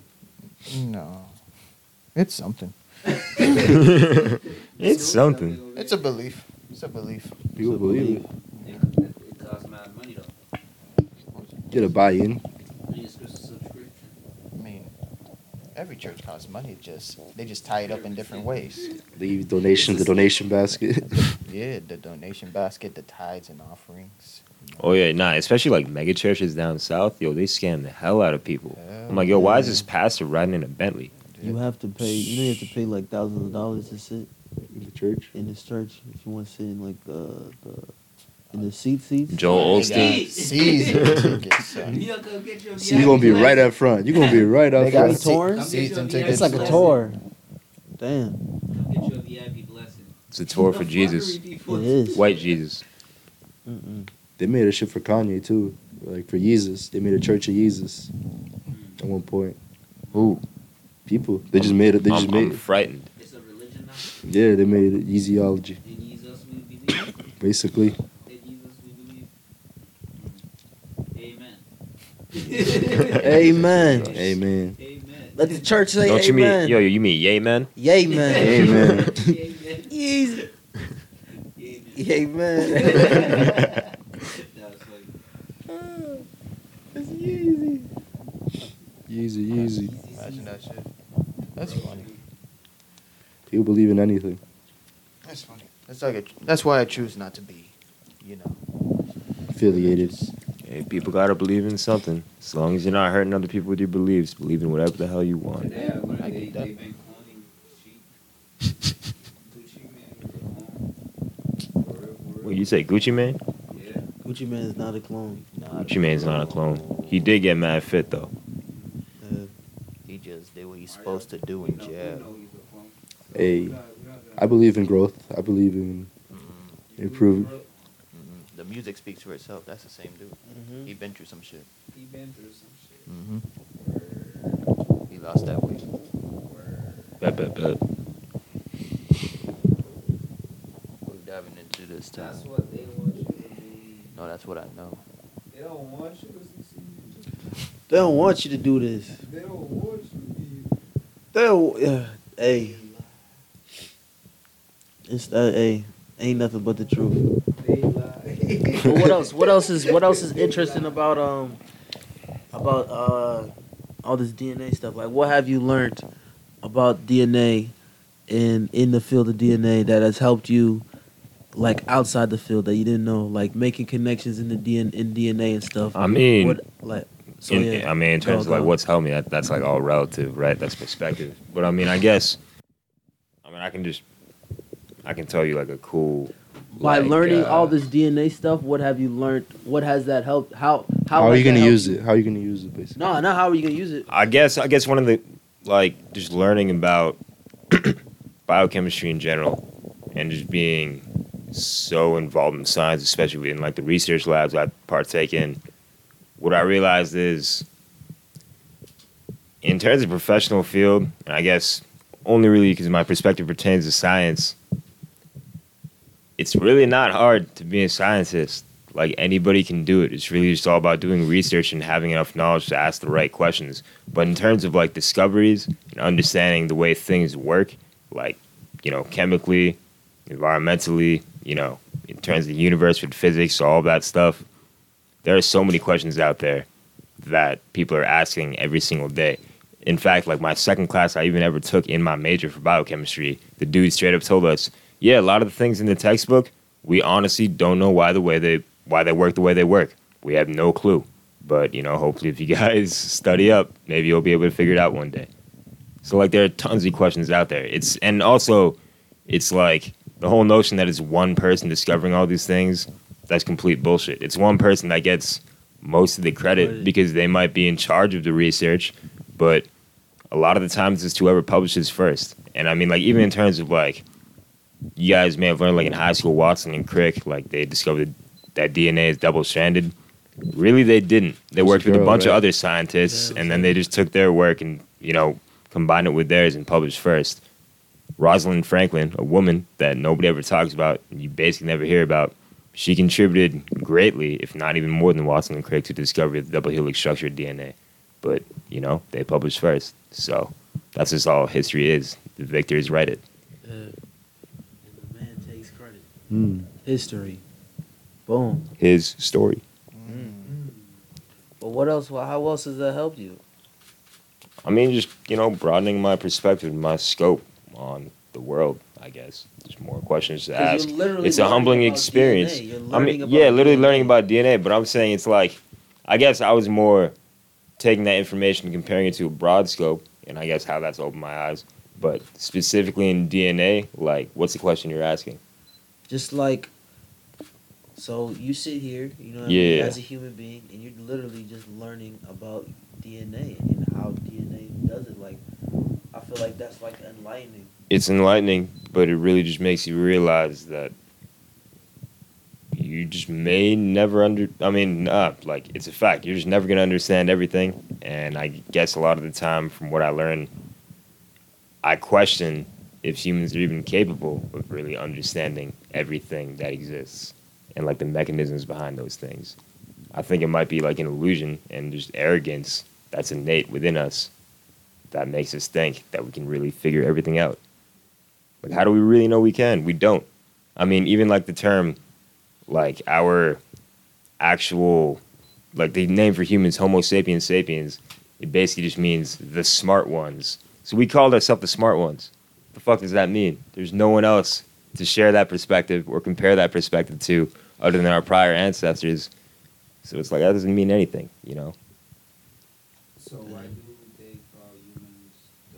No. It's something. It's something. It's a belief. It's a belief. People believe it. It, it costs mad money though. Get a buy-in. You need a subs- subscription. I mean, every church costs money. it Just they just tie it up in different ways. Leave donation the donation basket. Yeah, the donation basket, the tithes and offerings. Oh yeah, nah, especially like mega churches down south, yo, they scam the hell out of people. I'm like, yo, why is this pastor riding in a Bentley? You have to pay. You know, you have to pay like thousands of dollars to sit In the church. in this church if you want to sit in like the the in the seat seats. Joel Olstein. They got season tickets, son. You don't go get your You're gonna be right up front. You're gonna be right up They got front. se- tours? season It's tickets. It's like a Blessing. tour. Damn, Get your VIP blessing. It's a tour for Jesus. it is. White Jesus. Mm-mm. They made a shit for Kanye too, like for Jesus. They made a church of Jesus at one point. Who? People, they just made it. They just I'm, made I'm it. frightened. It's a religion now. Yeah, they made it easyology In Jesus we believe. basically. In Jesus we believe. Amen. Amen. Amen. Amen. Let the church say Don't you amen. mean yo, you mean yay man? Yay, man. Amen. Amen. Yeezy. Amen. Yay, man. that was funny. it's Yeezy. Easy, easy. Imagine that shit. That's funny. People believe in anything. That's funny. That's like a, that's why I choose not to be, you know. Affiliated. Hey, people gotta believe in something. As long as you're not hurting other people with your beliefs, believe in whatever the hell you want. Today I went I they, get that. they been cloning sheep. Gucci man was a clone. For real, for real. What you say, Gucci Man? Yeah. Gucci man is not a clone. Gucci Man's not a clone. He did get mad fit though. Uh, He just did what he's supposed to do We know, we know he's a clone. Hey, We're not- we're not gonna- I believe in growth. I believe in improvement. The music speaks for itself. That's the same dude. mhm. He been through some shit. He been through some shit. Mm-hmm. He lost that weight. Bet, bet, bet. We're diving into this time. That's what they want you to believe. No, that's what I know. They don't want you to succeed. They don't want you to do this. They don't want you to be. They don't. Uh, hey, it's uh, hey, ain't nothing but the truth. They lie. But what else? What else is what else is interesting about um about uh all this DNA stuff? Like, what have you learned about DNA in in the field of DNA that has helped you like outside the field that you didn't know, like making connections in the DNA in DNA and stuff? I mean, what like so in, yeah. I mean, in Go, terms go. of like what's helped me, that, that's like all relative, right? That's perspective. But I mean, I guess, I mean, I can just, I can tell you like a cool. by like, learning uh, all this DNA stuff, what have you learned? What has that helped? How how, How are has you that gonna helped use you? it? How are you gonna use it, basically? No, not how are you gonna use it? I guess, I guess one of the, like, just learning about biochemistry in general, and just being so involved in science, especially in like the research labs I partake in. What I realized is, in terms of professional field, and I guess only really because my perspective pertains to science, it's really not hard to be a scientist. Like anybody can do it. It's really just all about doing research and having enough knowledge to ask the right questions. But in terms of like discoveries and understanding the way things work, like, you know, chemically, environmentally, you know, in terms of the universe with physics, all that stuff, there are so many questions out there that people are asking every single day. In fact, like my second class I even ever took in my major for biochemistry, the dude straight up told us, yeah, a lot of the things in the textbook, we honestly don't know why the way they why they work the way they work. We have no clue. But you know, hopefully if you guys study up, maybe you'll be able to figure it out one day. So like there are tons of questions out there. It's and also it's like the whole notion that it's one person discovering all these things, that's complete bullshit. It's one person that gets most of the credit Right. because they might be in charge of the research, but a lot of the times it's whoever publishes first. And I mean, like, even in terms of like, you guys may have learned, like, in high school, Watson and Crick, like, they discovered that DNA is double stranded. Really, they didn't. They It's a worked with a girl, bunch of right? other scientists, Yeah, and then they just took their work and, you know, combined it with theirs and published first. Rosalind Franklin, a woman that nobody ever talks about, and you basically never hear about, she contributed greatly, if not even more than Watson and Crick, to discover the double helix structure of DNA. But, you know, they published first. So that's just all history is. The victors write it. Uh, and the man takes credit. Mm. History. Boom. His story. But what else? How else does that help you? I mean, just, you know, broadening my perspective, my scope on the world, I guess. Just more questions to ask. It's a humbling experience. I mean, yeah, literally learning about DNA, but I'm saying it's like, I guess I was more taking that information and comparing it to a broad scope, and I guess how that's opened my eyes. But specifically in DNA, like, what's the question you're asking? Just like, so you sit here, you know, what I mean, Yeah. as a human being, and you're literally just learning about DNA and how DNA does it. Like, I feel like that's like enlightening. It's enlightening, but it really just makes you realize that you just may never under. I mean, nah, like, it's a fact. You're just never going to understand everything. And I guess a lot of the time, from what I learn, I question if humans are even capable of really understanding everything that exists and like the mechanisms behind those things. I think it might be like an illusion and just arrogance that's innate within us that makes us think that we can really figure everything out. Like, how do we really know we can? We don't. I mean, even like the term, like our actual, like the name for humans, Homo sapiens sapiens, it basically just means the smart ones. So we called ourselves the smart ones. The fuck does that mean? There's no one else to share that perspective or compare that perspective to other than our prior ancestors. So it's like that doesn't mean anything, you know? So why do they call humans the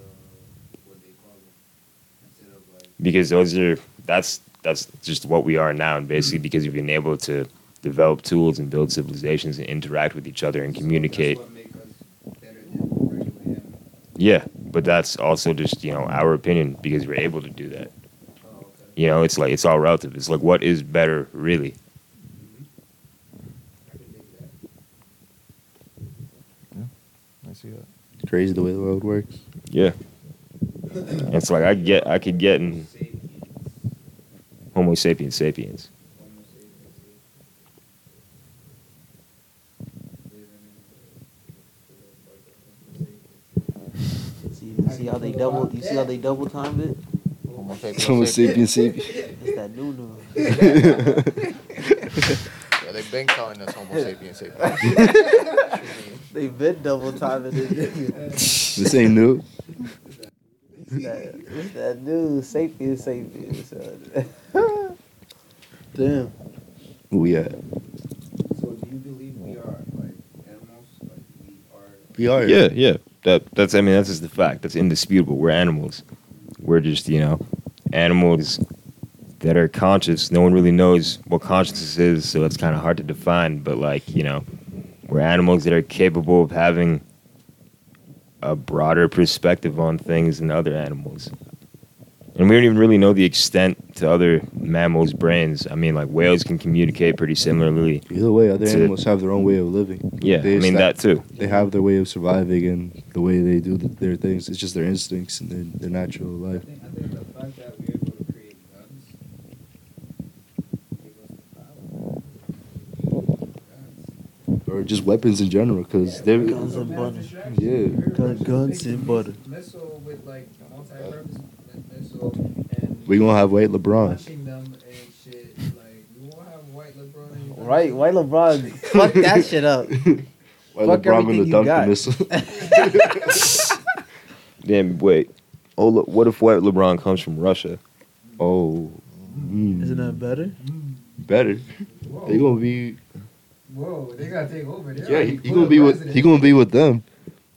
what they call them instead of like because those are that's that's just what we are now and Mm-hmm. basically because we've been able to develop tools and build civilizations and interact with each other and communicate So that's what make us better than regular animals. yeah but that's also just you know our opinion because we're able to do that Oh, okay. you know it's like it's all relative it's like what is better really I can dig that. I see that. Crazy the way the world works. yeah it's like i get i could get in Sapiens, homo sapiens sapiens Homo sapiens, sapiens. Living in the- like Homo sapiens. See, see how they double? You see how they double time it? Homo sapiens Homo sapiens. sapien sapien. It's that new new. Yeah, they've been calling us Homo sapiens sapiens. They've been double timing it. This ain't new. It's that, it's that new sapien sapien. son. Damn. We at? So do you believe we are like animals? Like we are We are. Yeah, yeah. That that's I mean that's just the fact. That's indisputable. We're animals. We're just you know animals that are conscious. No one really knows what consciousness is, so it's kind of hard to define. But like you know, we're animals that are capable of having a broader perspective on things than other animals. And we don't even really know the extent to other mammals' brains. I mean, like whales can communicate pretty similarly. Either way, other That's it. animals have their own way of living. Yeah, I They mean sta- that too. They have their way of surviving and the way they do th- their things. It's just their instincts and their, their natural I life. think, I think the fact that we're able to create guns gave us the power. or just weapons in general, because they're Guns and butter. Yeah. Gun- guns and butter. Missile with like multi-purpose mi- missile and we gonna have white LeBron. punching them and shit. Like we won't have white LeBron. in your- Right, white LeBron, fuck that shit up. White Fuck LeBron everything gonna you dunk the got. missile. Then wait. Oh, look, what if White LeBron comes from Russia? oh, mm, Isn't that better? better. Whoa, They gonna be whoa, they gotta take over. They yeah. already He, he put gonna a be with president. he gonna be with them.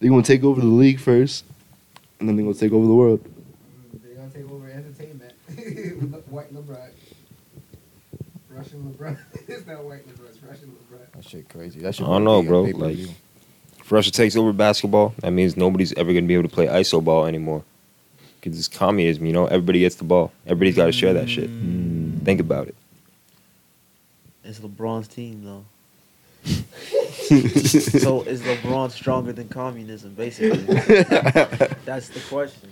They gonna take over the league first, and then they gonna take over the world. Mm, They gonna take over entertainment. Le- white LeBron, Russian LeBron. it's not white LeBron. It's Russian LeBron. That shit crazy. That shit. I don't know, probably be a bro, pay-per-view. like- If Russia takes over basketball, that means nobody's ever going to be able to play ISO ball anymore. Because it's communism, you know? Everybody gets the ball. Everybody's got to share that shit. Mm. Think about it. It's LeBron's team though. so is LeBron stronger than communism? Basically, that's the question.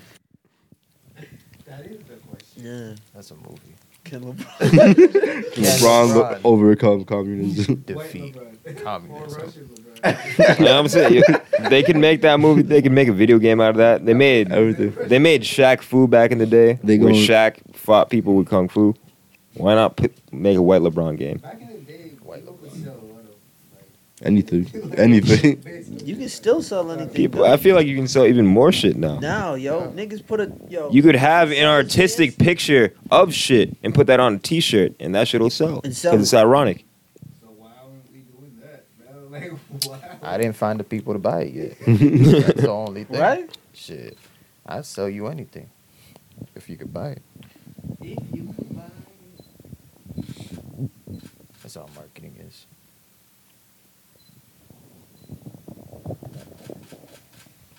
That is the question. Yeah, that's a movie. can LeBron? Yes, LeBron LeBron. will overcome communism. Defeat White LeBron. Or communism. Russian LeBron. You know what I'm saying? You- They can make that movie. They can make a video game out of that. They made Everything. They made Shaq Fu back in the day. They where gonna- Shaq fought people with kung fu. Why not put, make a white LeBron game? Back in the day, white people could sell a lot of Anything, anything. basically. You can still sell anything. People, though. I feel like you can sell even more shit now. now, yo, niggas put a yo. You could have an artistic picture of shit and put that on a T-shirt, and that shit will sell. And Because sell it's ironic. So why aren't we doing that, man? Like why? I didn't find the people to buy it yet. That's the only thing. right. Shit, I'd sell you anything if you could buy it. If you could buy That's how marketing is. What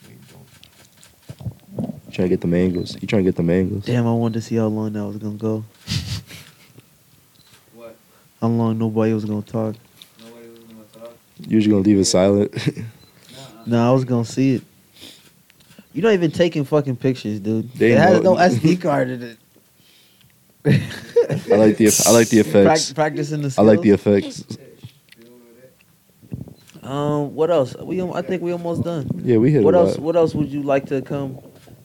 you doing? Trying to get the mangoes. You trying to get the mangoes? Damn, I wanted to see how long that was gonna go. what? How long nobody was gonna talk. Nobody was gonna talk. You're just gonna leave it silent. Nah, I was gonna see it. You're not even taking fucking pictures, dude. They it has know. no SD card in it. I like the I like the Prac- effects. practicing the I skills. like the effects. Um, what else? We al- I think we almost done. Yeah, we hit What a else? lot. What else would you like to come?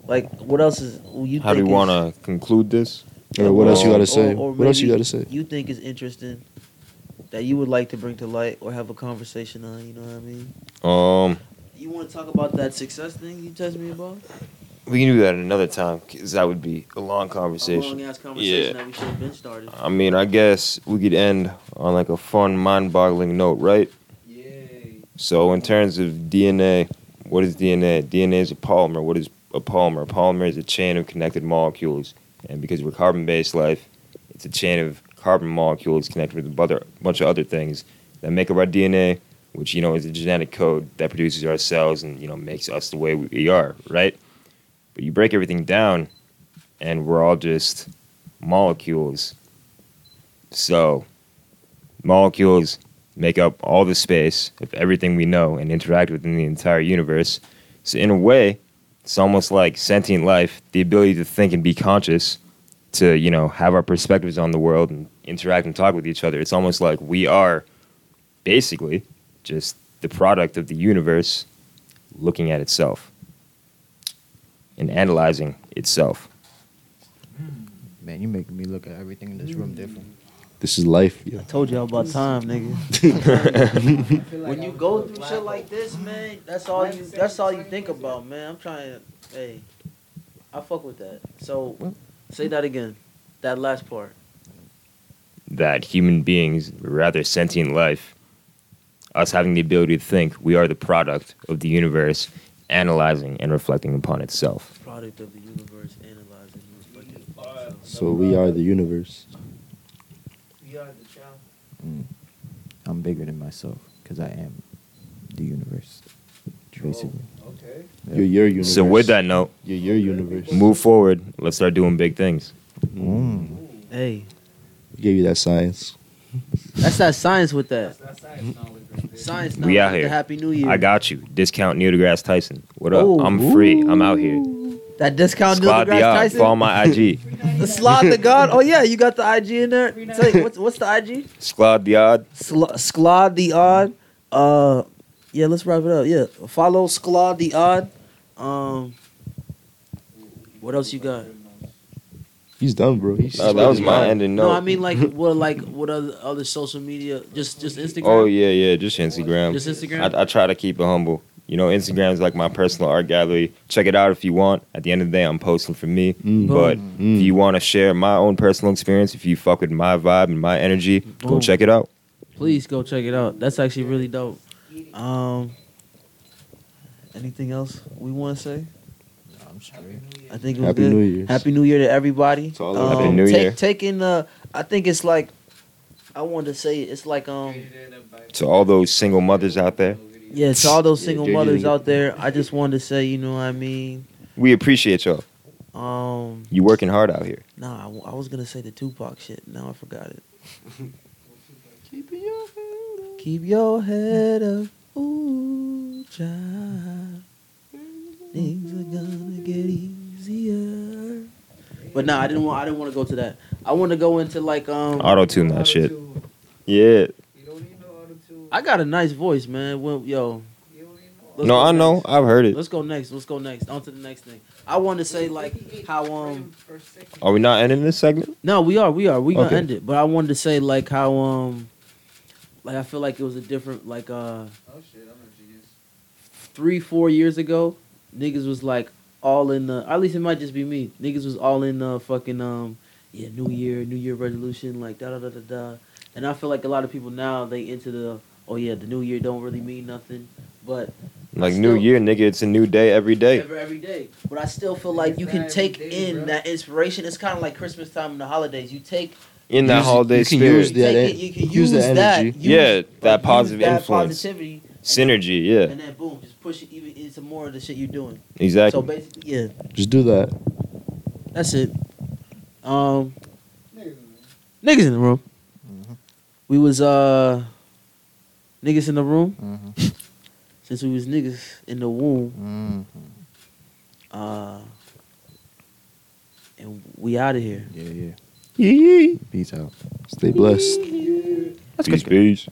Like, what else is you? How do you think want is- to conclude this? Or what else you or- gotta say? or What else you maybe gotta say? You think is interesting that you would like to bring to light or have a conversation on? You know what I mean? Um, You want to talk about that success thing you touched me about? we can do that another time because that would be a long A long conversation. ass conversation Yeah. that we should have been started. I mean, I guess we could end on like a fun, mind-boggling note, right? Yay. So, in terms of DNA, what is DNA? DNA is a polymer. What is a polymer? A polymer is a chain of connected molecules. And because we're carbon based life, it's a chain of carbon molecules connected with a bother- bunch of other things that make up our DNA, which, you know, is the genetic code that produces our cells and, you know, makes us the way we are, right? But you break everything down, and we're all just molecules. So, molecules make up all the space of everything we know and interact with in the entire universe. So, in a way, it's almost like sentient life, the ability to think and be conscious, to, you know, have our perspectives on the world and interact and talk with each other. It's almost like we are basically just the product of the universe looking at itself and analyzing itself. Man, you making me look at everything in this Mm. room different. This is life. Yeah. I told y'all about time, nigga. I feel like When I you was go a through black shit like this, man, that's all you that's all you think about, man. I'm trying to hey. I fuck with that. So say that again. That last part. that human beings, or rather sentient life, us having the ability to think, we are the product of the universe analyzing and reflecting upon itself. Product of the universe analyzing and reflecting upon itself. So we are the universe. We are the child. Mm. I'm bigger than myself because I am the universe. Basically, Okay. You're your universe. So, with that note, you're your universe. move forward. Let's start doing big things. Mm. Hey. We gave you that science. That's that science with that. That's, that's science knowledge right there. Science We now, out the here. Happy New Year. I got you. Discount Neil deGrasse Tyson. What up? Oh, I'm free. I'm out here. that discount Neil Squad deGrasse the odd. Tyson. Follow my IG. The slot the god. Oh yeah, you got the IG in there. Tell you, what's what's the IG? Squad the odd. Sl- Squad the odd Uh, yeah, let's wrap it up. Yeah, follow Skla the Odd. Um, what else you got? He's done, bro. He's Nah, Oh, that was my ending. No, No, I mean like what, like what other other social media? Just just Instagram. Oh yeah, yeah, just Instagram. Just Instagram? I, I try to keep it humble. You know, Instagram is like my personal art gallery. Check it out if you want. At the end of the day, I'm posting for me. Mm. But Mm. if you want to share my own personal experience, if you fuck with my vibe and my energy, go Boom. check it out. Please go check it out. That's actually really dope. Um, anything else we want to say? I'm straight. I think it was Happy good. New Year's. Happy New Year to everybody. To all of us. Happy New take- Year. Taking uh, I think it's like, I wanted to say it's like um, To all those single mothers out there, yeah, to all those single Yeah, mothers yeah. out there. I just wanted to say, you know what I mean. we appreciate y'all. Um, You working hard out here. nah, I, w- I was gonna say the Tupac shit. Now I forgot it. Keep your head up. Ooh, child. Things are gonna get easier. But nah, I didn't want. I didn't want to go to that. I want to go into like um. Auto tune that shit. Yeah. I got a nice voice, man. Well, yo. Let's No, go I know. next. I've heard it. Let's go next. Let's go next. On to the next thing. I want to say like how um. Are we not ending this segment? No, we are, we are, we gonna Okay. end it. But I wanted to say like how um, like I feel like it was a different like uh Oh shit, I'm a genius. three four years ago, niggas was like all in the. At least it might just be me. Niggas was all in the fucking um yeah New Year New Year resolution like da da da da da. And I feel like a lot of people now they into the oh yeah the New Year don't really mean nothing, but Like Let's New go. Year, nigga. It's a new day every day. Every, every day. But I still feel like you It's can not take every day, in bro. that inspiration. It's kind of like Christmas time and the holidays. You take In that Use- holiday you can spirit, use the- Yeah, take that- it, you can use use, the that. energy. use- Yeah, that use positive influence. positivity, synergy. Yeah, and then boom, just push it even into more of the shit you're doing. exactly. So basically, yeah, Just do that. that's it. Um, niggas in the room. Mhm. We was uh, niggas in the room Mm-hmm. since we was niggas in the womb. Mm-hmm. Uh, and we out of here. Yeah, yeah. Yee. Peace out. Stay blessed. peace, peace.